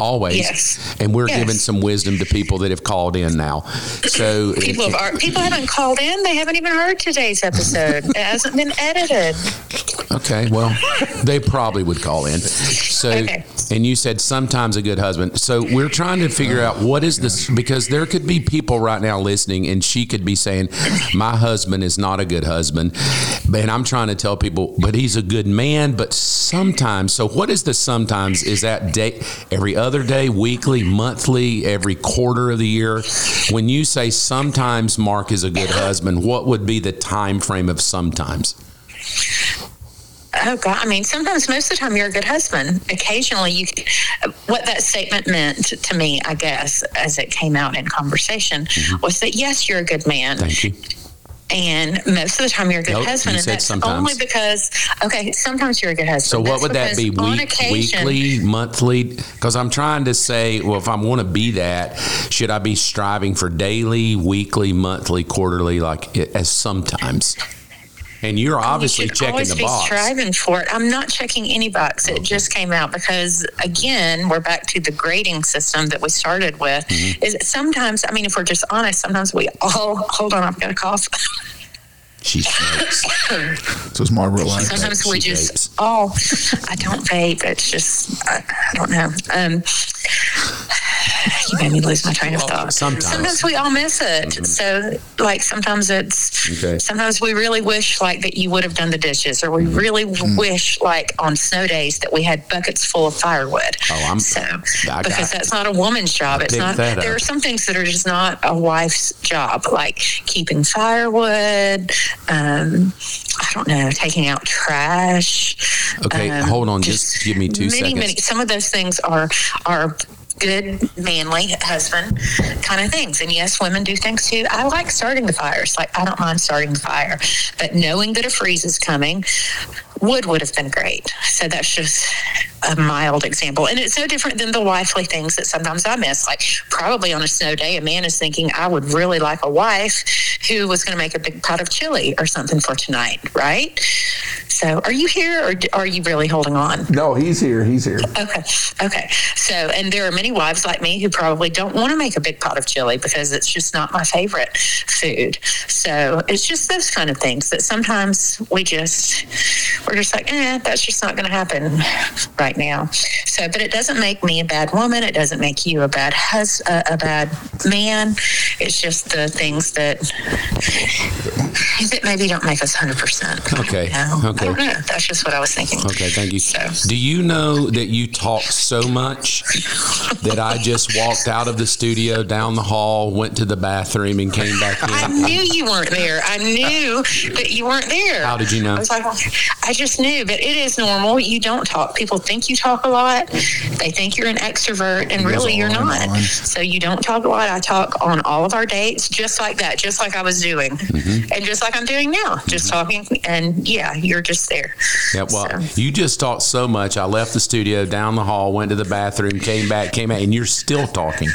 Always,
Yes.
and we're
Yes.
giving some wisdom to people that have called in now. So
People have ar- people haven't called in. They haven't even heard today's episode. It hasn't been edited.
Okay, well, they probably would call in. So,
Okay.
and you said sometimes a good husband. So we're trying to figure out what is this because there could be people right now listening, and she could be saying, "My husband is not a good husband," and I'm trying to tell people, "But he's a good man." But sometimes, so what is the sometimes? Is that day every other day, weekly, monthly, every quarter of the year? When you say sometimes Mark is a good husband, what would be the time frame of sometimes?
Oh God! I mean, sometimes, most of the time, you're a good husband. Occasionally, you. What that statement meant to me, I guess, as it came out in conversation, was that yes, you're a good man,
Mm-hmm. Thank you.
and most of the time, you're a good
Nope,
husband,
you
and
said
that's
sometimes.
only because okay, sometimes you're a good
So
husband.
what
That's
would that
because
be?
On
Week,
occasion,
weekly, monthly? Because I'm trying to say, well, if I want to be that, should I be striving for daily, weekly, monthly, quarterly, like it- as sometimes? And you're obviously
you should
checking
always
the
be
box.
striving for it. I'm not checking any box. It just came out because again, we're back to the grading system that we started with.
Mm-hmm.
Is sometimes, I mean, if we're just honest, sometimes we all hold on. I've got a cough. (laughs)
She smokes.
So it's Marlboro Light.
Sometimes
She
we just
vapes.
all. I don't vape. It's just I, I don't know. Um, you made me lose my train of thought.
sometimes. Mm-hmm.
Sometimes we all miss it. So like sometimes it's
Okay. Mm-hmm.
sometimes we really wish like that you would have done the dishes, or we really wish like on snow days that we had buckets full of firewood.
Oh, I'm-
so
I-
because
I-
that's not a woman's job. It's
picked
not.
that
There
up.
are some things that are just not a wife's job, like keeping firewood. Um, I don't know, taking out trash.
Okay,
um,
hold on. Just, give me two
many,
seconds.
Many, some of those things are are good manly husband kind of things and yes women do things too i like starting the fires like i don't mind starting the fire but knowing that a freeze is coming wood would have been great so that's just a mild example. And it's no different than the wifely things that sometimes I miss. Like, probably on a snow day, a man is thinking, I would really like a wife who was going to make a big pot of chili or something for tonight, right? So, are you here or d- are you really holding on?
No, he's here. He's here.
Okay. Okay. So, and there are many wives like me who probably don't want to make a big pot of chili because it's just not my favorite food. So it's just those kind of things that sometimes we just, we're just like, eh, that's just not going to happen right now. So, but it doesn't make me a bad woman. It doesn't make you a bad hus- uh, a bad man. It's just the things that, that maybe don't make us 100%.
Okay,
I don't know.
okay.
I don't know. That's just what I was thinking.
Okay, thank you.
So-
Do you know that you talk so much that I just walked out of the studio, down the hall, went to the bathroom, and came back
(laughs) I
in?
knew you weren't there. I knew that you weren't there.
How did you know?
I was like, I just knew, but it is normal. You don't talk. People think you talk a lot. They think you're an extrovert, and really you're
on
not.
and on.
So you don't talk a lot. I talk on all of our dates, just like that, just like I was doing,
Mm-hmm.
and just like I'm doing now, just talking. And yeah, you're just there.
Yeah, well,
So-
you just talked so much. I left the studio, down the hall, went to the bathroom, came back, came out, and you're still talking.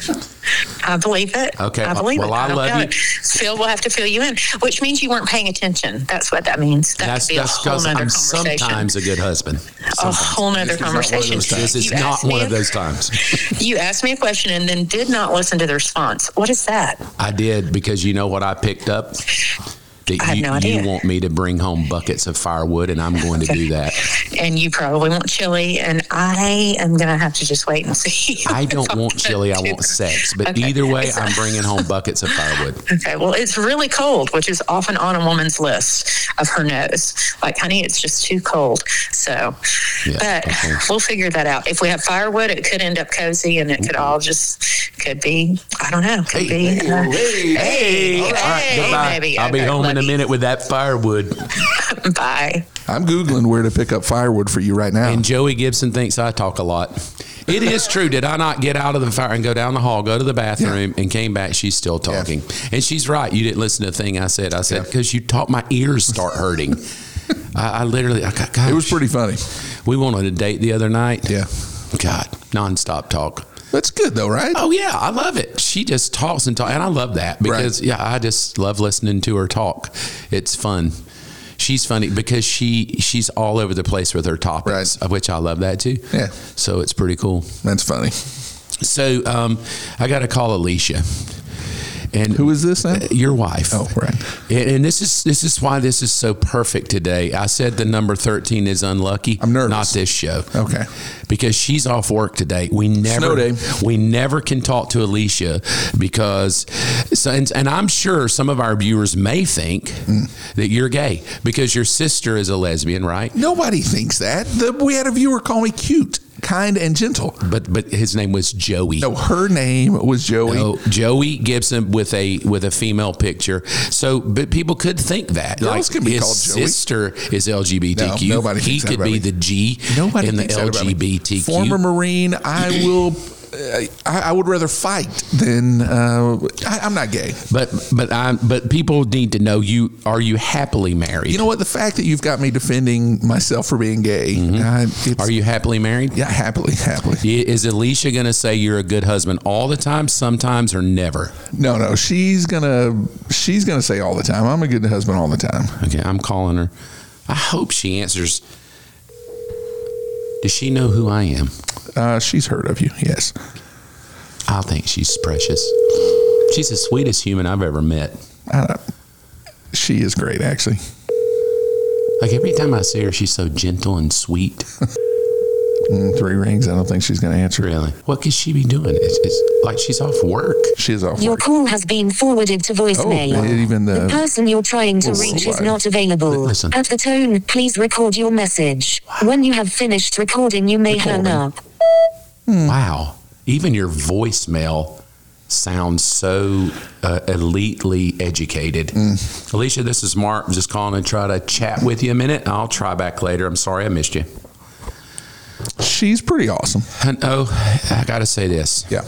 I believe it.
Okay,
I believe
well,
it.
I
don't
love
doubt
you.
It. Phil will have to fill you in, which means you weren't paying attention. That's what that means. That
That's
could be a
that's
whole
because
nother
I'm
conversation.
sometimes a good husband.
a
Sometimes.
whole nother conversation.
This is
You
not
asked
one
me
of
a-
those times.
You asked me a question and then did not listen to the response. What is that?
I did because you know what I picked up. That
I had
you,
no idea.
you want me to bring home buckets of firewood, and I'm going to do
(laughs)
that.
And you probably want chili, and I am going to have to just wait and see.
I don't want chili. I want sex. But either way,
It's-
I'm bringing home buckets of firewood.
(laughs) (laughs) Okay, well, it's really cold, which is often on a woman's list of her no's. Like, honey, it's just too cold. So,
Yeah,
but
okay.
we'll figure that out. If we have firewood, it could end up cozy, and it could all just could be. I don't know. Could be. uh, hey,
All right,
hey,
goodbye.
maybe.
I'll be
Okay,
home in a
love you.
minute with that firewood.
Bye.
I'm Googling where to pick up firewood for you right now.
And Joey Gibson thinks I talk a lot. It is true. Did I not get out of the fire and go down the hall, go to the bathroom, and came back? She's still talking, and she's right. You didn't listen to the thing I said. I said because you talk, my ears
(laughs)
start hurting. I, I literally, I, got- gosh,
it was pretty funny.
We went on a date the other night.
Yeah.
God, nonstop talk.
That's good though, right?
Oh yeah, I love it. She just talks and talks, and I love that because yeah, I just love listening to her talk. It's fun. She's funny because she she's all over the place with her topics,
Right.
of which I love that too.
Yeah.
so it's pretty cool.
That's funny.
So um, I got to call Alicia, and
Who is this now?
your wife?
Oh, right.
And, and this is this is why this is so perfect today. I said the number thirteen is unlucky.
I'm nervous.
Not this show.
Okay.
Because she's off work today. We never
Snow day.
we never can talk to Alicia because so, and, and I'm sure some of our viewers may think
Mm.
that you're gay because your sister is a lesbian, right?
Nobody thinks that. The, we had a viewer call me cute, kind, and gentle.
But but his name was Joey.
No, her name was Joey.
Oh, Joey Gibson with a with a female picture. So, but people could think that
Girls can be
his
called Joey.
sister is LGBTQ.
No, nobody
he
thinks that
could
about
be
me.
the G
Nobody
in the
thinks that about me.
LGBTQ.
Former Marine, I will. Uh, I, I would rather fight than uh, I, I'm not gay.
but but I but people need to know you. Are you happily married?
You know what? The fact that you've got me defending myself for being gay, I, it's,
Mm-hmm. are you happily married?
Yeah, happily, happily.
I- Is Alicia going to say you're a good husband all the time, sometimes, or never?
No, no, she's gonna she's gonna say all the time, "I'm a good husband all the time."
Okay, I'm calling her. I hope she answers. Does she know who I am?
Uh, she's heard of you, yes.
I think she's precious. She's the sweetest human I've ever met.
Uh, she is great, actually.
Like every time I see her, she's so gentle and sweet.
Mm, three rings. I don't think she's gonna answer.
Really, what could she be doing? It's, it's like she's off work.
She is off.
Your
Work.
call has been forwarded to
Oh,
voicemail.
even
the
the Oh,
person you're trying to
Whoa,
reach is
whoa.
not available.
Listen.
At the tone, please record your message. When you have finished recording, you may hang up.
Wow, even your voicemail sounds so uh, elitely educated. Alicia, this is Mark. I'm just calling to try to chat with you a minute. I'll try back later. I'm sorry I missed you.
she's pretty awesome.
And, oh, I gotta say this.
Yeah,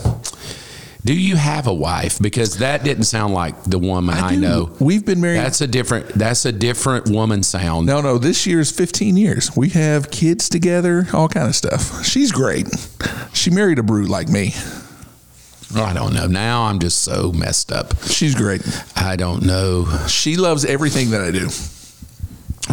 Do you have a wife? Because that didn't sound like the woman I,
do.
know.
We've been married.
That's a different. That's a different woman sound.
no, no. This year's 15 years. We have kids together, all kind of stuff. She's great. She married a brute like me.
I don't know. Now I'm just so messed up.
She's great.
I don't know.
She loves everything that I do.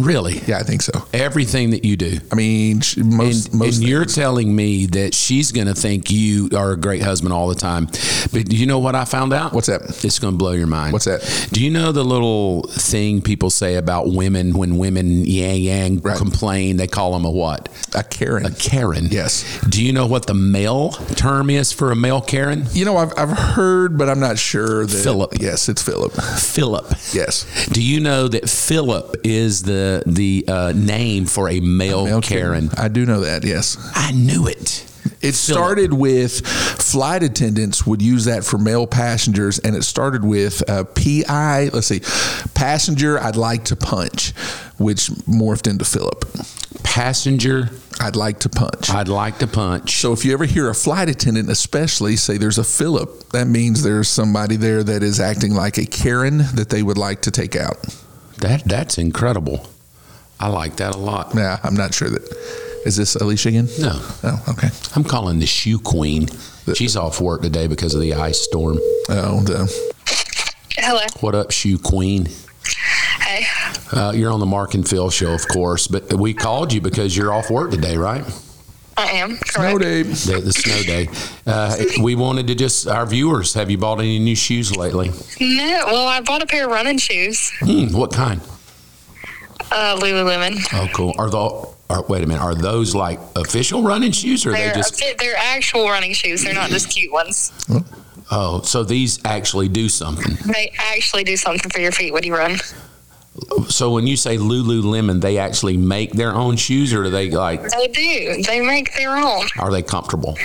Really,
Yeah, I think so.
everything that you do.
I mean, she, most
and,
most
and you're telling me that she's going to think you are a great husband all the time. But you know what I found out?
What's that?
It's going to blow your mind.
What's that?
Do you know the little thing people say about women when women yang yang
Right.
complain? They call them a what?
a Karen.
A Karen.
Yes.
Do you know what the male term is for a male Karen?
you know, I've, I've heard, but I'm not sure that
Philip.
Yes, it's Philip.
Philip.
Yes.
Do you know that Philip is the the uh, name for a male,
Male
Karen?
I do know that. Yes.
I knew it.
It started with flight attendants would use that for male passengers, and it started with uh, PI. Let's see, passenger I'd like to punch, which morphed into Philip.
Passenger,
I'd like to punch.
I'd like to punch.
so if you ever hear a flight attendant, especially say there's a Philip, that means there's somebody there that is acting like a Karen that they would like to take out.
That that's incredible. I like that a lot.
Yeah, I'm not sure that. Is this Alicia again?
No,
Oh, okay.
I'm calling the shoe queen. She's off work today because of the ice storm.
Oh, the,
Hello.
What up, shoe queen?
Hey.
Uh, you're on the Mark and Phil show, of course, but we called you because you're off work today, right?
I am.
no
Correct.
day.
The, the snow day. Uh, we wanted to just our viewers. Have you bought any new shoes lately?
No. Well, I bought a pair of running shoes.
Hmm, what kind?
Uh, Lululemon.
Oh, cool. Are the are, wait a minute? Are those like official running shoes, or are they
They're
just?
they're actual running shoes. They're not just cute ones.
Oh, so these actually do something.
They actually do something for your feet when you run.
So when you say Lululemon, they actually make their own shoes, or do they like?
They do. They make their own.
Are they comfortable?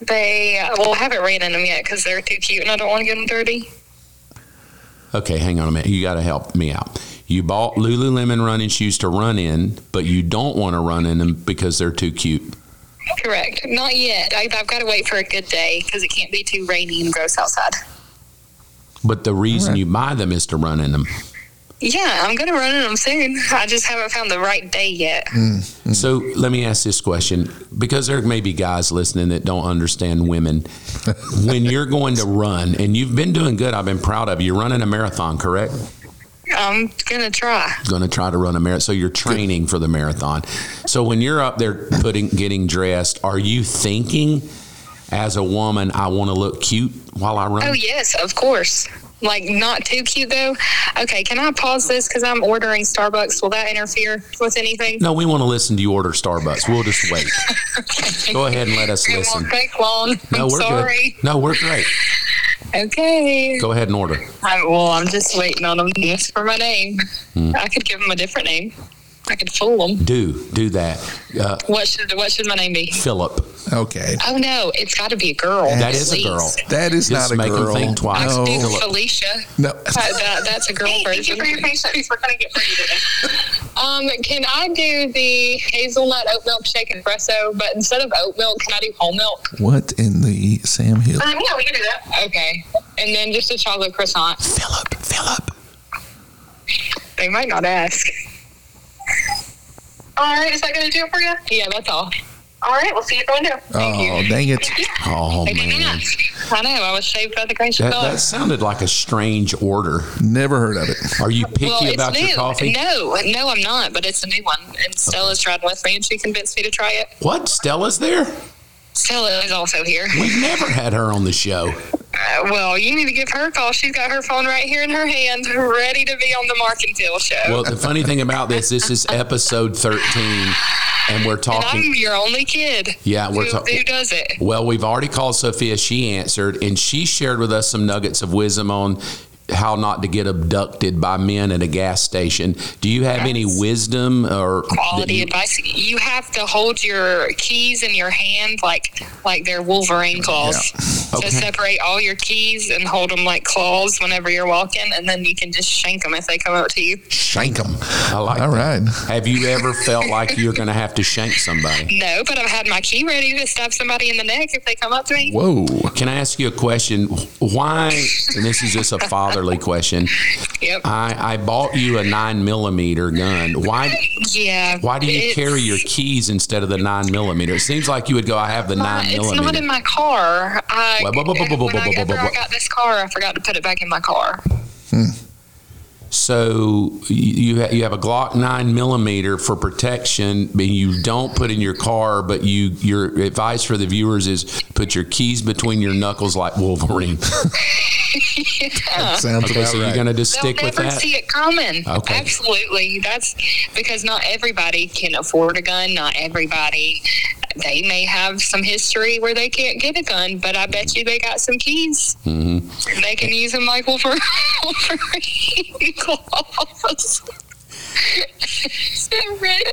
They uh, well I haven't ran in them yet because they're too cute and I don't want to get them dirty.
Okay, hang on a minute. You got to help me out. You bought Lululemon running shoes to run in, but you don't want to run in them because they're too cute.
Correct. Not yet. I, I've got to wait for a good day because it can't be too rainy and gross outside.
But the reason you buy them is to run in them.
Yeah, I'm gonna run in them soon. I just haven't found the right day yet.
So let me ask this question because there may be guys listening that don't understand women. when you're going to run, and you've been doing good, I've been proud of you. You're running a marathon, correct?
I'm gonna try.
going to try to run a marathon. So you're training for the marathon. So when you're up there putting getting dressed, are you thinking as a woman, I want to look cute while I run?
Oh yes, of course. Like not too cute though. Okay, can I pause this because I'm ordering Starbucks? Will that interfere with anything?
No, we want to listen to you order Starbucks. We'll
(laughs)
just wait. Go ahead and let us
It
listen.
won't take long.
No,
I'm
we're
sorry.
good. No, we're great.
Okay.
Go ahead and order.
I, well, I'm just waiting on them to ask for my name.
Hmm.
I could give them a different name. I could fool them.
Do do that, uh,
What should What should my name be?
Philip.
Okay.
Oh no, it's got to be a girl.
That is a
please.
girl. Oh.
That is
Just
not a
make 'em
girl. Oh,
think twice.
I could do
No.
Felicia.
no.
That, that, that's a girl version. Thank you for your patience. We're gonna get ready today. Um, can I do the hazelnut oat milk shake espresso? But instead of oat milk, can I do whole milk?
What in the Sam Hill?
Um, yeah, we can do that. Okay, and then just a chocolate croissant.
Philip. Philip.
They might not ask. All right, is that gonna do it for you? Yeah, that's all. All right, we'll see you at the window.
Oh, dang it.
Oh
They didn't
man,
ask. I know. I was saved by the grace of
that,
God.
that sounded like a strange order.
Never heard of it.
Are you picky
it's
about
new.
your coffee?
No, no, I'm not. But it's a new one, and Stella's riding with me, and she convinced me to try it.
What? Stella's there?
Stella is also here.
We've never had her on the show.
Uh, well, you need to give her a call. She's got her phone right here in her hand, ready to be on the Mark and Phil show.
Well, the funny thing about this, this is episode 13, and we're
and
talking.
I'm your only kid.
Yeah, we're
who,
talking.
who does it?
Well, we've already called Sophia. She answered, and she shared with us some nuggets of wisdom on how not to get abducted by men at a gas station. Do you have any wisdom or that
Quality
you-
advice. You have to hold your keys in your hand like like they're Wolverine claws.
Okay.
So separate all your keys and hold them like claws whenever you're walking, and then you can just shank them if they come up to you.
Shank them.
I like
All
that.
right.
Have you ever felt like you're going to have to shank somebody?
No, but I've had my key ready to stab somebody in the neck if they come up to me.
Whoa.
Can I ask you a question? Why? And this is just a fatherly question.
Yep.
I, I bought you a nine millimeter gun. Why?
yeah.
Why do you
it's-
carry your keys instead of the nine millimeter? It seems like you would go. I have the
my-
nine
It's not in
millimeter.
my car. I,
Wha- wha- wha- wha- wha- wha-
whenever
wha- wha-
I got this car, I forgot to put it back in my car.
So you you ha- you have a Glock nine millimeter for protection, but you don't put in your car. But you your advice for the viewers is put your keys between your knuckles
(laughs)
like Wolverine.
Yeah.
Sounds
Okay,
about
so you're
right.
gonna just stick
They'll
with
never
that.
see it coming.
Okay.
Absolutely. That's because not everybody can afford a gun. Not everybody. They may have some history where they can't get a gun, but I bet you they got some keys.
Mhm.
And They can use them like Wolver- (laughs) Wolverine claws. I'm ready.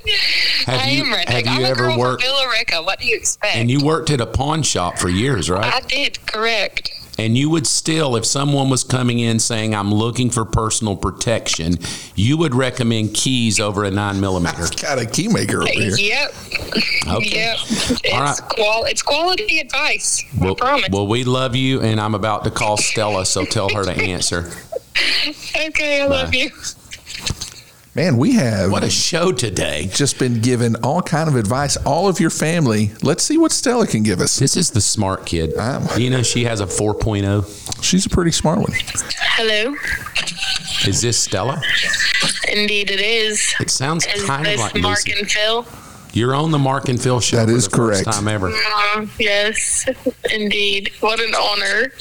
I
you-
am ready.
have
I'm
you
a
ever
girl
worked-
from Billerica. What do you expect?
And you worked at a pawn shop for years, right?
I did, correct.
And you would still, if someone was coming in saying, "I'm looking for personal protection," you would recommend keys over a nine millimeter.
I've got a key maker over here.
Yep.
Okay.
Yep. It's,
right.
qual- it's quality advice. I
Well,
promise.
well, we love you, and I'm about to call Stella, so tell her to answer.
okay, I love you.
Man, we have
What a show today!
just been given all kind of advice. All of your family. Let's see what Stella can give us.
This is the smart kid.
Wow.
You know, she has a oh. 4.0.
She's a pretty smart one.
Hello.
Is this Stella?
Indeed, it is.
It sounds
Is
kind of
this
like
Mark
Lucy.
and Phil?
You're on the Mark and Phil show.
That
for
is
the first
correct.
time ever.
Mm-hmm.
Uh, yes, indeed. What an honor.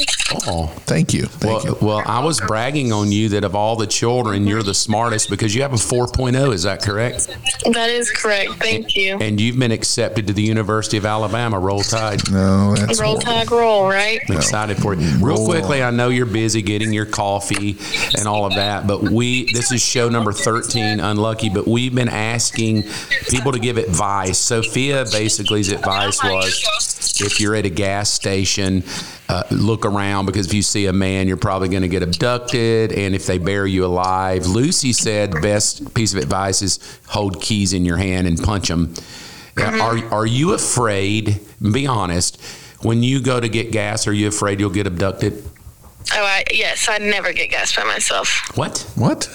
Oh.
Thank you. Thank
Well,
you.
well, I was bragging on you that of all the children, you're the smartest because you have a 4.0. Is that correct?
That is correct. Thank you.
And you've been accepted to the University of Alabama. Roll Tide.
No, that's
Roll
horrible.
tide roll, right?
I'm excited for you. Real
Roll
quickly, I know you're busy getting your coffee and all of that, but we this is show number 13, Unlucky, but we've been asking people to give advice. Sophia basically's advice was if you're at a gas station, uh, look around because if you see a man, you're probably going to get abducted, and if they bury you alive, Lucy said best piece of advice is hold keys in your hand and punch them. Are are you afraid? Be honest. When you go to get gas, are you afraid you'll get abducted?
Oh, I, yes, I never get gas by myself.
What?
What?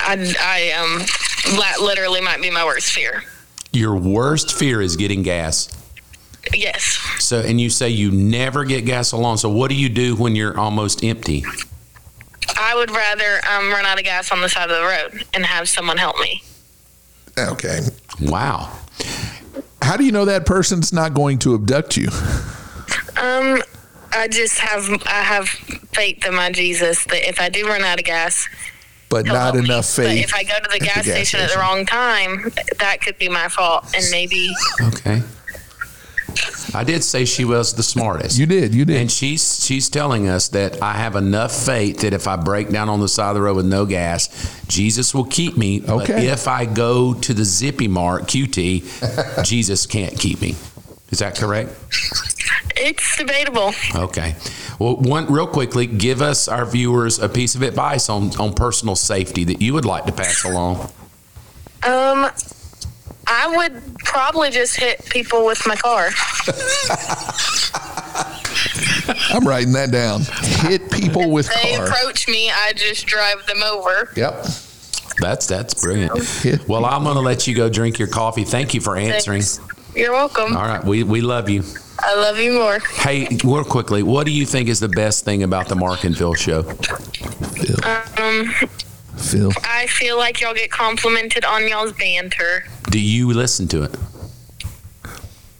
I, I um, that literally might be my worst fear.
Your worst fear is getting gas.
Yes.
So, and you say you never get gas alone. So, what do you do when you're almost empty?
I would rather um, run out of gas on the side of the road and have someone help me.
Okay.
Wow.
How do you know that person's not going to abduct you?
Um, I just have I have faith in my Jesus that if I do run out of gas,
But
he'll
not
help me.
enough
But
faith.
if I go to the gas,
gas
station, at the
station.
wrong time, that could be my fault, and maybe
Okay. I did say she was the smartest.
you did. You did.
And she's she's telling us that I have enough faith that if I break down on the side of the road with no gas, Jesus will keep me. But
Okay.
if I go to the zippy mark
(laughs)
QT, Jesus can't keep me. Is that correct?
it's debatable.
Okay. Well, one real quickly, give us our viewers a piece of advice on on personal safety that you would like to pass along.
Um, I would probably just hit people with my car.
I'm writing that down. Hit people with
They
car.
approach me, I just drive them over.
Yep.
That's that's
Yeah.
brilliant. Well, I'm going to let you go drink your coffee. Thank you for answering.
You're welcome.
All right, we we love you.
I love you more.
Hey, real quickly, what do you think is the best thing about the Mark and Phil show?
Um,
Phil.
I feel like y'all get complimented on y'all's banter.
Do you listen to it?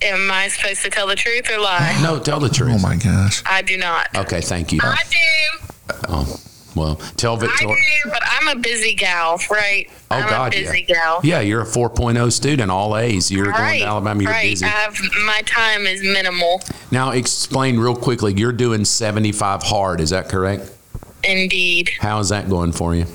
Am I supposed to tell the truth or lie?
No, tell the
Oh
truth.
my gosh.
I do not.
Okay, thank you.
I do.
Oh, well, tell
I
Victoria.
do, but I'm a busy gal, right?
Oh,
I'm
God,
a busy
yeah.
gal.
Yeah, you're a 4.0 student, all A's. You're going
Right,
to Alabama. You're
right.
busy.
I have my time is minimal,
Now, explain real quickly. You're doing 75 hard. Is that correct?
indeed.
How is that going for you?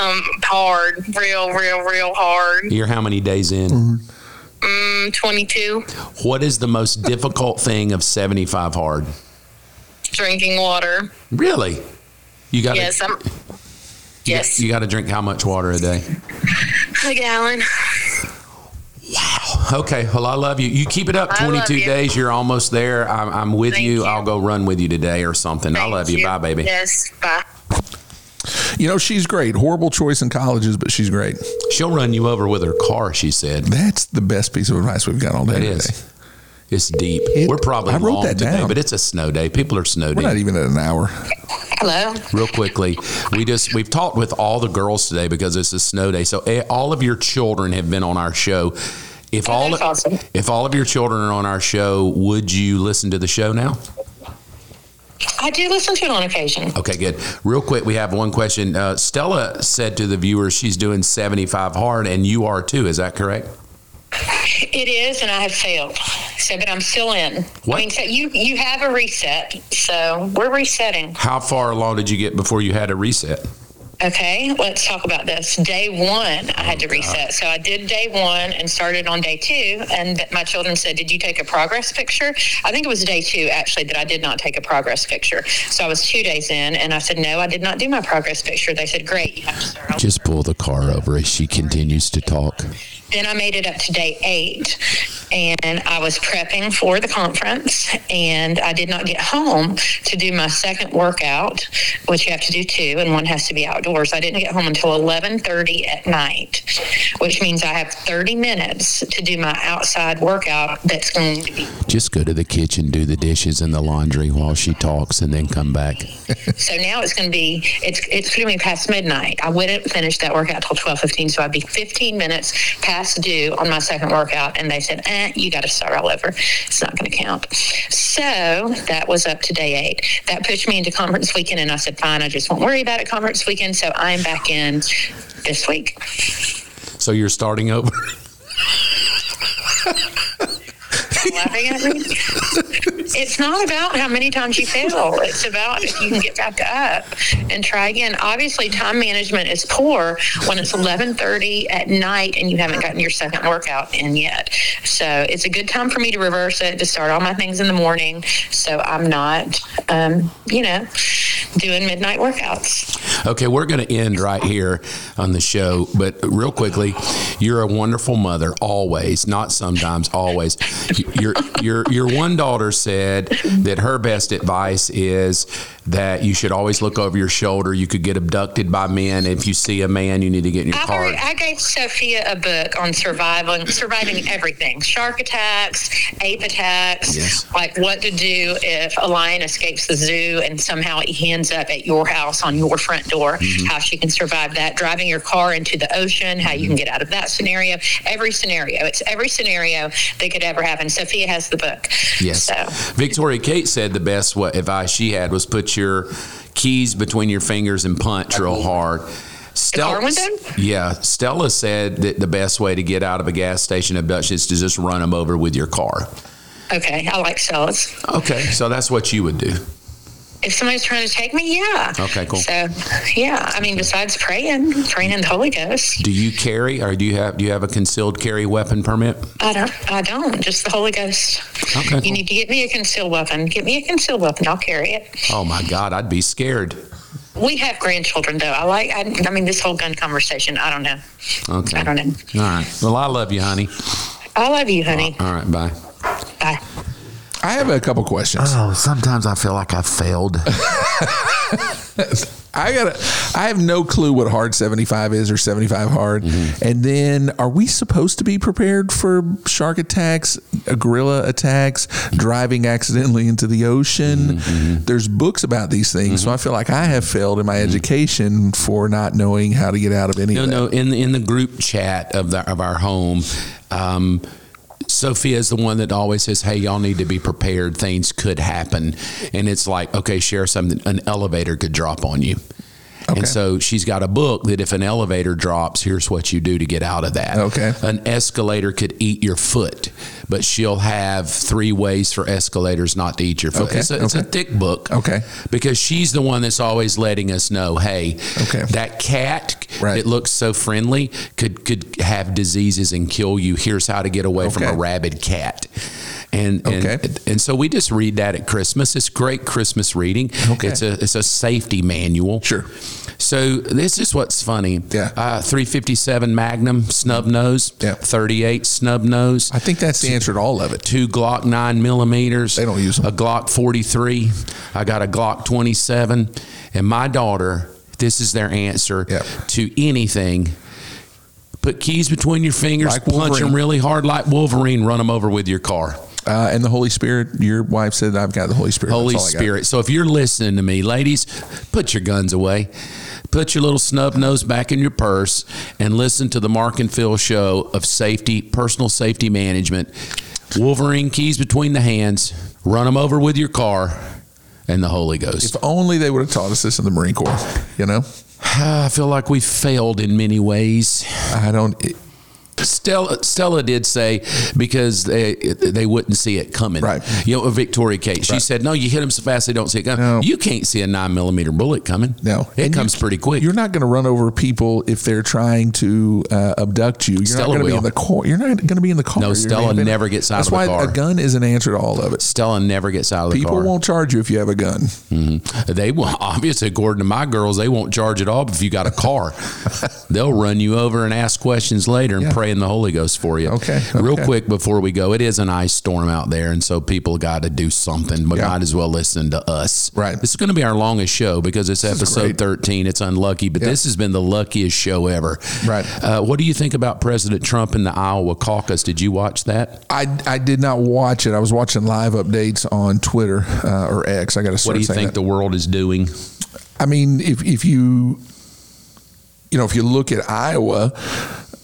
Um, hard, real, real, real hard.
You're how many days in?
Mm-hmm.
I'm 22.
What is the most difficult thing of 75 hard?
drinking water.
Really? You got
Yes, I'm yes.
You got to drink how much water a day?
a gallon.
Okay. Well, I love you. You keep it up.
I love
22
you.
days. You're almost there. I'm, I'm with
Thank
you.
you.
I'll go run with you today or something. I
Thank
love you. Bye, baby.
Yes, bye.
You know, she's great. Horrible choice in colleges, but she's great.
She'll run you over with her car. She said.
That's the best piece of advice we've got all day.
It
today.
is. It's deep.
It-
We're probably
I wrote
long
that
today,
down.
but it's a snow day. People are snowed
We're
in.
not even at an hour.
Hello.
real quickly we just we've talked with all the girls today because it's a snow day so eh, all of your children have been on our show if all
that's awesome.
if all of your children are on our show would you listen to the show now
I do listen to it on occasion.
okay good real quick we have one question uh, stella said to the viewers she's doing 75 hard and you are too is that correct
It is, and I have failed. So, but I'm still in.
What?
I mean, so you you have a reset. So we're resetting.
how far along did you get before you had a reset
Okay, let's talk about this. Day one, I had to reset. So I did day one and started on day two. And th- my children said, Did you take a progress picture? I think it was day two, actually, that I did not take a progress picture. So I was two days in, and I said, No, I did not do my progress picture. They said, Great. You have to start all
just pull the car over as she continues to talk
then I made it up to day eight, and I was prepping for the conference, and I did not get home to do my second workout, which you have to do two, and one has to be outdoors. I didn't get home until eleven thirty at night, which means I have thirty minutes to do my outside workout. That's going to be
just go to the kitchen do the dishes and the laundry while she talks and then come back
so now it's going to be it's it's going to be past midnight. I wouldn't finish that workout till twelve fifteen, so I'd be fifteen minutes past due on my second workout. And they said, eh, "You got to start all over. It's not going to count." So that was up to day eight. That pushed me into conference weekend, and I said, "Fine, I just won't worry about it conference weekend." So I'm back in this week.
so you're starting over
laughing at me. It's not about how many times you fail. It's about if you can get back up and try again. Obviously, time management is poor when it's 11:30 at night and you haven't gotten your second workout in yet. So it's a good time for me to reverse it to start all my things in the morning, so I'm not, um, you know, doing midnight workouts.
Okay, we're going to end right here on the show, but real quickly, you're a wonderful mother always, not sometimes, always. Your your your one daughter said that her best advice is that you should always look over your shoulder. You could get abducted by men. If you see a man, you need to get in your
I've
car.
already, I gave Sophia a book on surviving surviving everything: shark attacks, ape attacks,
Yes.
like what to do if a lion escapes the zoo and somehow he ends up at your house on your front door.
Mm-hmm.
How she can survive that? Driving your car into the ocean, how
Mm-hmm.
you can get out of that scenario. Every scenario, it's every scenario that could ever happen. Sophia has the book.
Yes.
So.
Victoria Kate said the best what advice she had was put your keys between your fingers and punch real hard. Stella,
car window?
yeah, Stella said that the best way to get out of a gas station abduction is to just run them over with your car.
Okay, I like Stella's.
Okay, so that's what you would do.
If somebody's trying to take me, yeah.
Okay, cool.
So, yeah, I mean, besides praying, praying in the Holy Ghost.
Do you carry, or do you have do you have a concealed carry weapon permit?
I don't. I don't. Just the Holy Ghost.
Okay,
You
cool.
need to get me a concealed weapon. Get me a concealed weapon. I'll carry it.
Oh my God, I'd be scared.
We have grandchildren, though. I like. I, I mean, this whole gun conversation. I don't know.
Okay.
I don't know.
All right. Well, I love you, honey.
I love you, honey.
All right, bye.
Bye.
I have a couple questions.
Oh, sometimes I feel like I failed.
I got. I have no clue what hard seventy five is or seventy five hard.
Mm-hmm.
And then, are we supposed to be prepared for shark attacks, uh, gorilla attacks, driving accidentally into the ocean?
Mm-hmm,
There's books about these things, so I feel like I have failed in my education for not knowing how to get out of any.
Mm-hmm. No,
of that.
no. In in the group chat of the of our home, um, Sophia is the one that always says, "Hey, y'all need to be prepared. Things could happen." And it's like, okay, share something. An elevator could drop on you.
Okay.
And so she's got a book that if an elevator drops, here's what you do to get out of that.
Okay.
An escalator could eat your foot, but she'll have three ways for escalators not to eat your foot.
Okay,
It's, a, it's a
okay.
thick book.
Okay.
Because she's the one that's always letting us know, hey,
Okay.
that cat
Right.
that looks so friendly could could have diseases and kill you. Here's how to get away from
Okay.
a rabid cat. And, and-
Okay.
and so we just read that at Christmas. It's great Christmas reading.
Okay.
It's a it's a safety manual.
Sure.
So this is what's funny.
Yeah.
Uh, 357 Magnum snub nose.
Yeah.
38 snub nose.
I think that's the answer to all of it.
Two Glock nine millimeters.
They don't use 'em.
A Glock 43. I got a Glock 27, and my daughter. This is their answer
Yep.
to anything. Put keys between your fingers,
Like
punch
Wolverine.
them really hard like Wolverine, run them over with your car.
Uh, and the Holy Spirit, your wife said, I've got the Holy Spirit.
Holy
That's all I got.
Spirit. So if you're listening to me, ladies, put your guns away. Put your little snub nose back in your purse and listen to the Mark and Phil show of safety, personal safety management. Wolverine keys between the hands, run them over with your car and the Holy Ghost.
If only they would have taught us this in the Marine Corps, you know?
Ah, I feel like we failed in many ways.
I don't. It,
Stella, Stella did say because they they wouldn't see it coming.
Right.
You know, Victoria Kate, she said, "No, you hit them so fast they don't see it coming.
No.
You can't see a nine millimeter bullet coming.
No.
it
And you
comes pretty quick.
you're not going to run over people if they're trying to uh, abduct you. You're not
Stella
going to be
will.
in the car. You're not going to be in the car.
No,
You're
Stella
gonna be in-
never gets out
That's
of the
why
car.
a gun is an answer to all of it.
Stella never gets out of the
People
car.
won't charge you if you have a gun.
They won't. (laughs) Obviously, according to my girls, they won't charge at all. But if you got a car, (laughs) they'll run you over and ask questions later and
Yeah.
pray in the Holy Ghost for you.
Okay,
Real
okay.
quick before we go, it is an ice storm out there, and so people got to do something. But
Yeah.
might as well listen to us.
Right.
This is going to be our longest show because it's
is
episode
great.
thirteen. It's unlucky, but
Yeah.
this has been the luckiest show ever.
Right.
Uh, what do you think about President Trump and the Iowa caucus? Did you watch that?
I, I did not watch it. I was watching live updates on Twitter uh, or X. I got to
What
start
do you
saying
think
that.
the world is doing?
I mean, if if you you know if you look at Iowa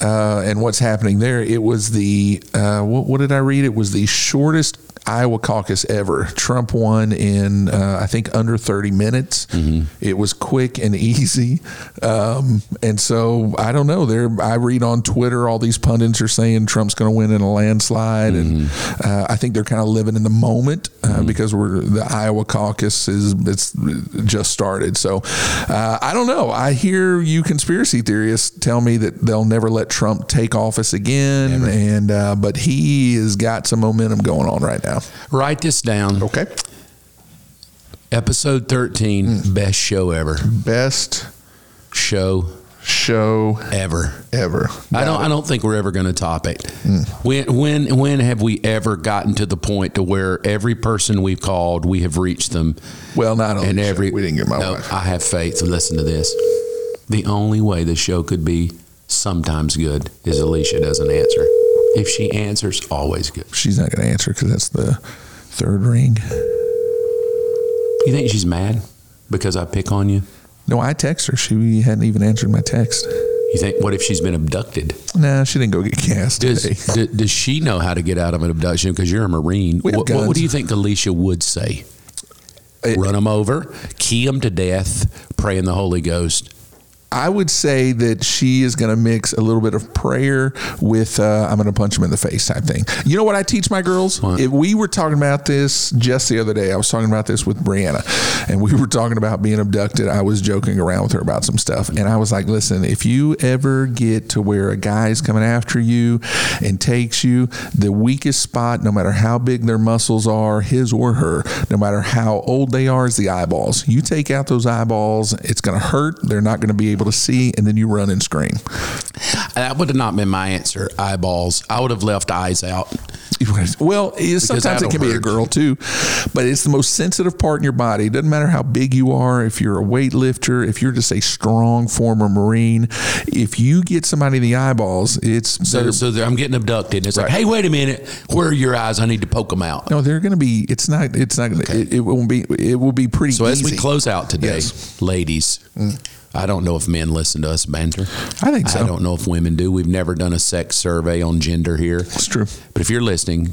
uh, and what's happening there, it was the uh, what, what did I read? It was the shortest Iowa caucus ever. Trump won in uh, I think under thirty minutes. It was quick and easy, um, and so I don't know. There, I read on Twitter all these pundits are saying Trump's going to win in a landslide,
Mm-hmm.
and uh, I think they're kind of living in the moment uh, because we're the Iowa caucus is it's just started. So uh, I don't know. I hear you conspiracy theorists tell me that they'll never let Trump take office again, and uh, but he has got some momentum going on right now.
Write this down.
Okay,
Episode 13,
Mm.
best show ever.
best
Show
show
ever.
ever.
I don't I don't think we're ever going to top it. When when when have we ever gotten to the point to where every person we've called, we have reached them
Well, not only
and every
Oh, we didn't get my
No,
wife.
I have faith. Listen to this. The only way the show could be sometimes good is Alicia doesn't answer. If she answers, always good.
She's not going to answer because that's the third ring.
You think she's mad because I pick on you?
No, I text her. She hadn't even answered my text.
You think what if she's been abducted?
Nah, she didn't go get gas
Does,
today.
d- does she know how to get out of an abduction? Because you're a Marine.
We
What,
have
what, what
guns. Eh.
do you think Alicia would say? Run 'em
It-
Run them over, key them to death, pray in the Holy Ghost.
I would say that she is going to mix a little bit of prayer with uh, I'm going to punch him in the face type thing. You know what I teach my girls?
What?
If we were talking about this just the other day, I was talking about this with Brianna, and we were talking about being abducted. I was joking around with her about some stuff, and I was like, "Listen, if you ever get to where a guy's coming after you and takes you, the weakest spot, no matter how big their muscles are, his or her, no matter how old they are, is the eyeballs. You take out those eyeballs, it's going to hurt. They're not going to be able to see, and then you run and scream. (laughs)
That would have not been my answer. Eyeballs. I would have left eyes out.
Well, it, sometimes it
that'll
can be a
hurt.
girl too, but it's the most sensitive part in your body. It doesn't matter how big you are, if you're a weightlifter, if you're just a strong former Marine, if you get somebody in the eyeballs, it's
So,
they're-
so there- I'm getting abducted. It's like,
Right.
hey, wait a minute. Where are your eyes? I need to poke them out.
no, they're going to be. It's not. It's not. It, it won't be. It will be pretty.
So as
easy.
we close out today,
Yes. Mm.
ladies, I don't know if men listen to us banter.
I think so.
I don't know if women do. We've never done a sex survey on gender here.
It's true.
But if you're listening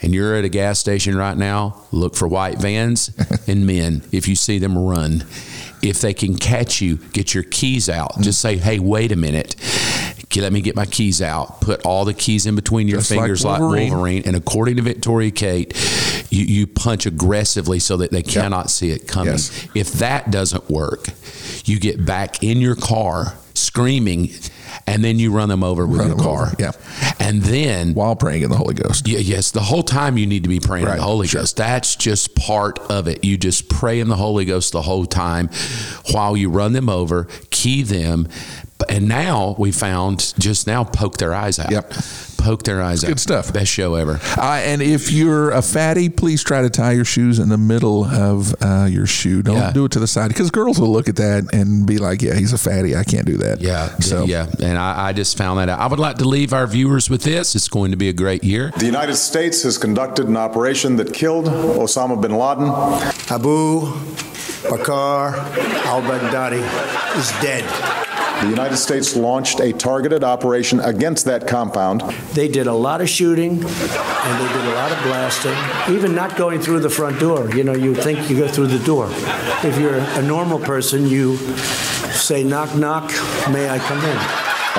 and you're at a gas station right now, look for white
(laughs)
vans and men. If you see them, run. If they can catch you, get your keys
Mm-hmm.
out. Just say, hey, wait a minute. Okay, Let me get my keys out. Put all the keys in between your
Just like
fingers like Wolverine.
Wolverine.
And according to Victoria Kate, you, you punch aggressively so that they cannot see it coming.
Yes.
If that doesn't work, you get back in your car screaming, and then you run them over with
Run
your
them
car.
over, yeah.
And then
while praying in the Holy Ghost.
yeah, yes, the whole time you need to be praying in
Right,
the Holy Ghost. That's just part of it. You just pray in the Holy Ghost the whole time while you run them over, key them. And now we found just now poke their eyes out.
Yep.
Poke their eyes out.
good stuff.
Best show ever.
Uh, and if you're a fatty, please try to tie your shoes in the middle of uh, your shoe. Don't
Yeah.
do it to the side because girls will look at that and be like, "Yeah, he's a fatty. I can't do that."
Yeah.
So
yeah. And I, I just found that out. I would like to leave our viewers with this. It's going to be a great year.
The United States has conducted an operation that killed Osama bin Laden.
Abu Bakr al Baghdadi is dead.
The United States launched a targeted operation against that compound.
They did a lot of shooting and they did a lot of blasting, even not going through the front door. You know, you think you go through the door. If you're a normal person, you say, knock, knock, may I come in?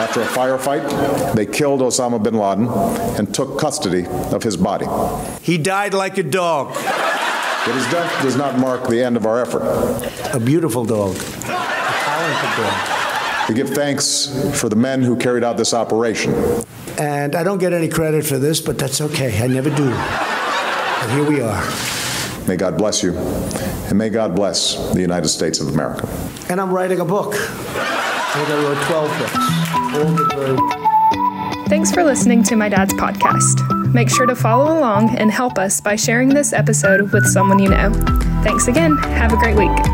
After a firefight, they killed Osama bin Laden and took custody of his body.
He died like a dog,
But his death does not mark the end of our effort.
a beautiful dog, a talented dog.
We give thanks for the men who carried out this operation.
And I don't get any credit for this, but that's okay. I never do. And here we are.
May God bless you, and may God bless the United States of America.
And I'm writing a book. I think I wrote 12 books. All the very
Thanks for listening to my dad's podcast. Make sure to follow along and help us by sharing this episode with someone you know. Thanks again. Have a great week.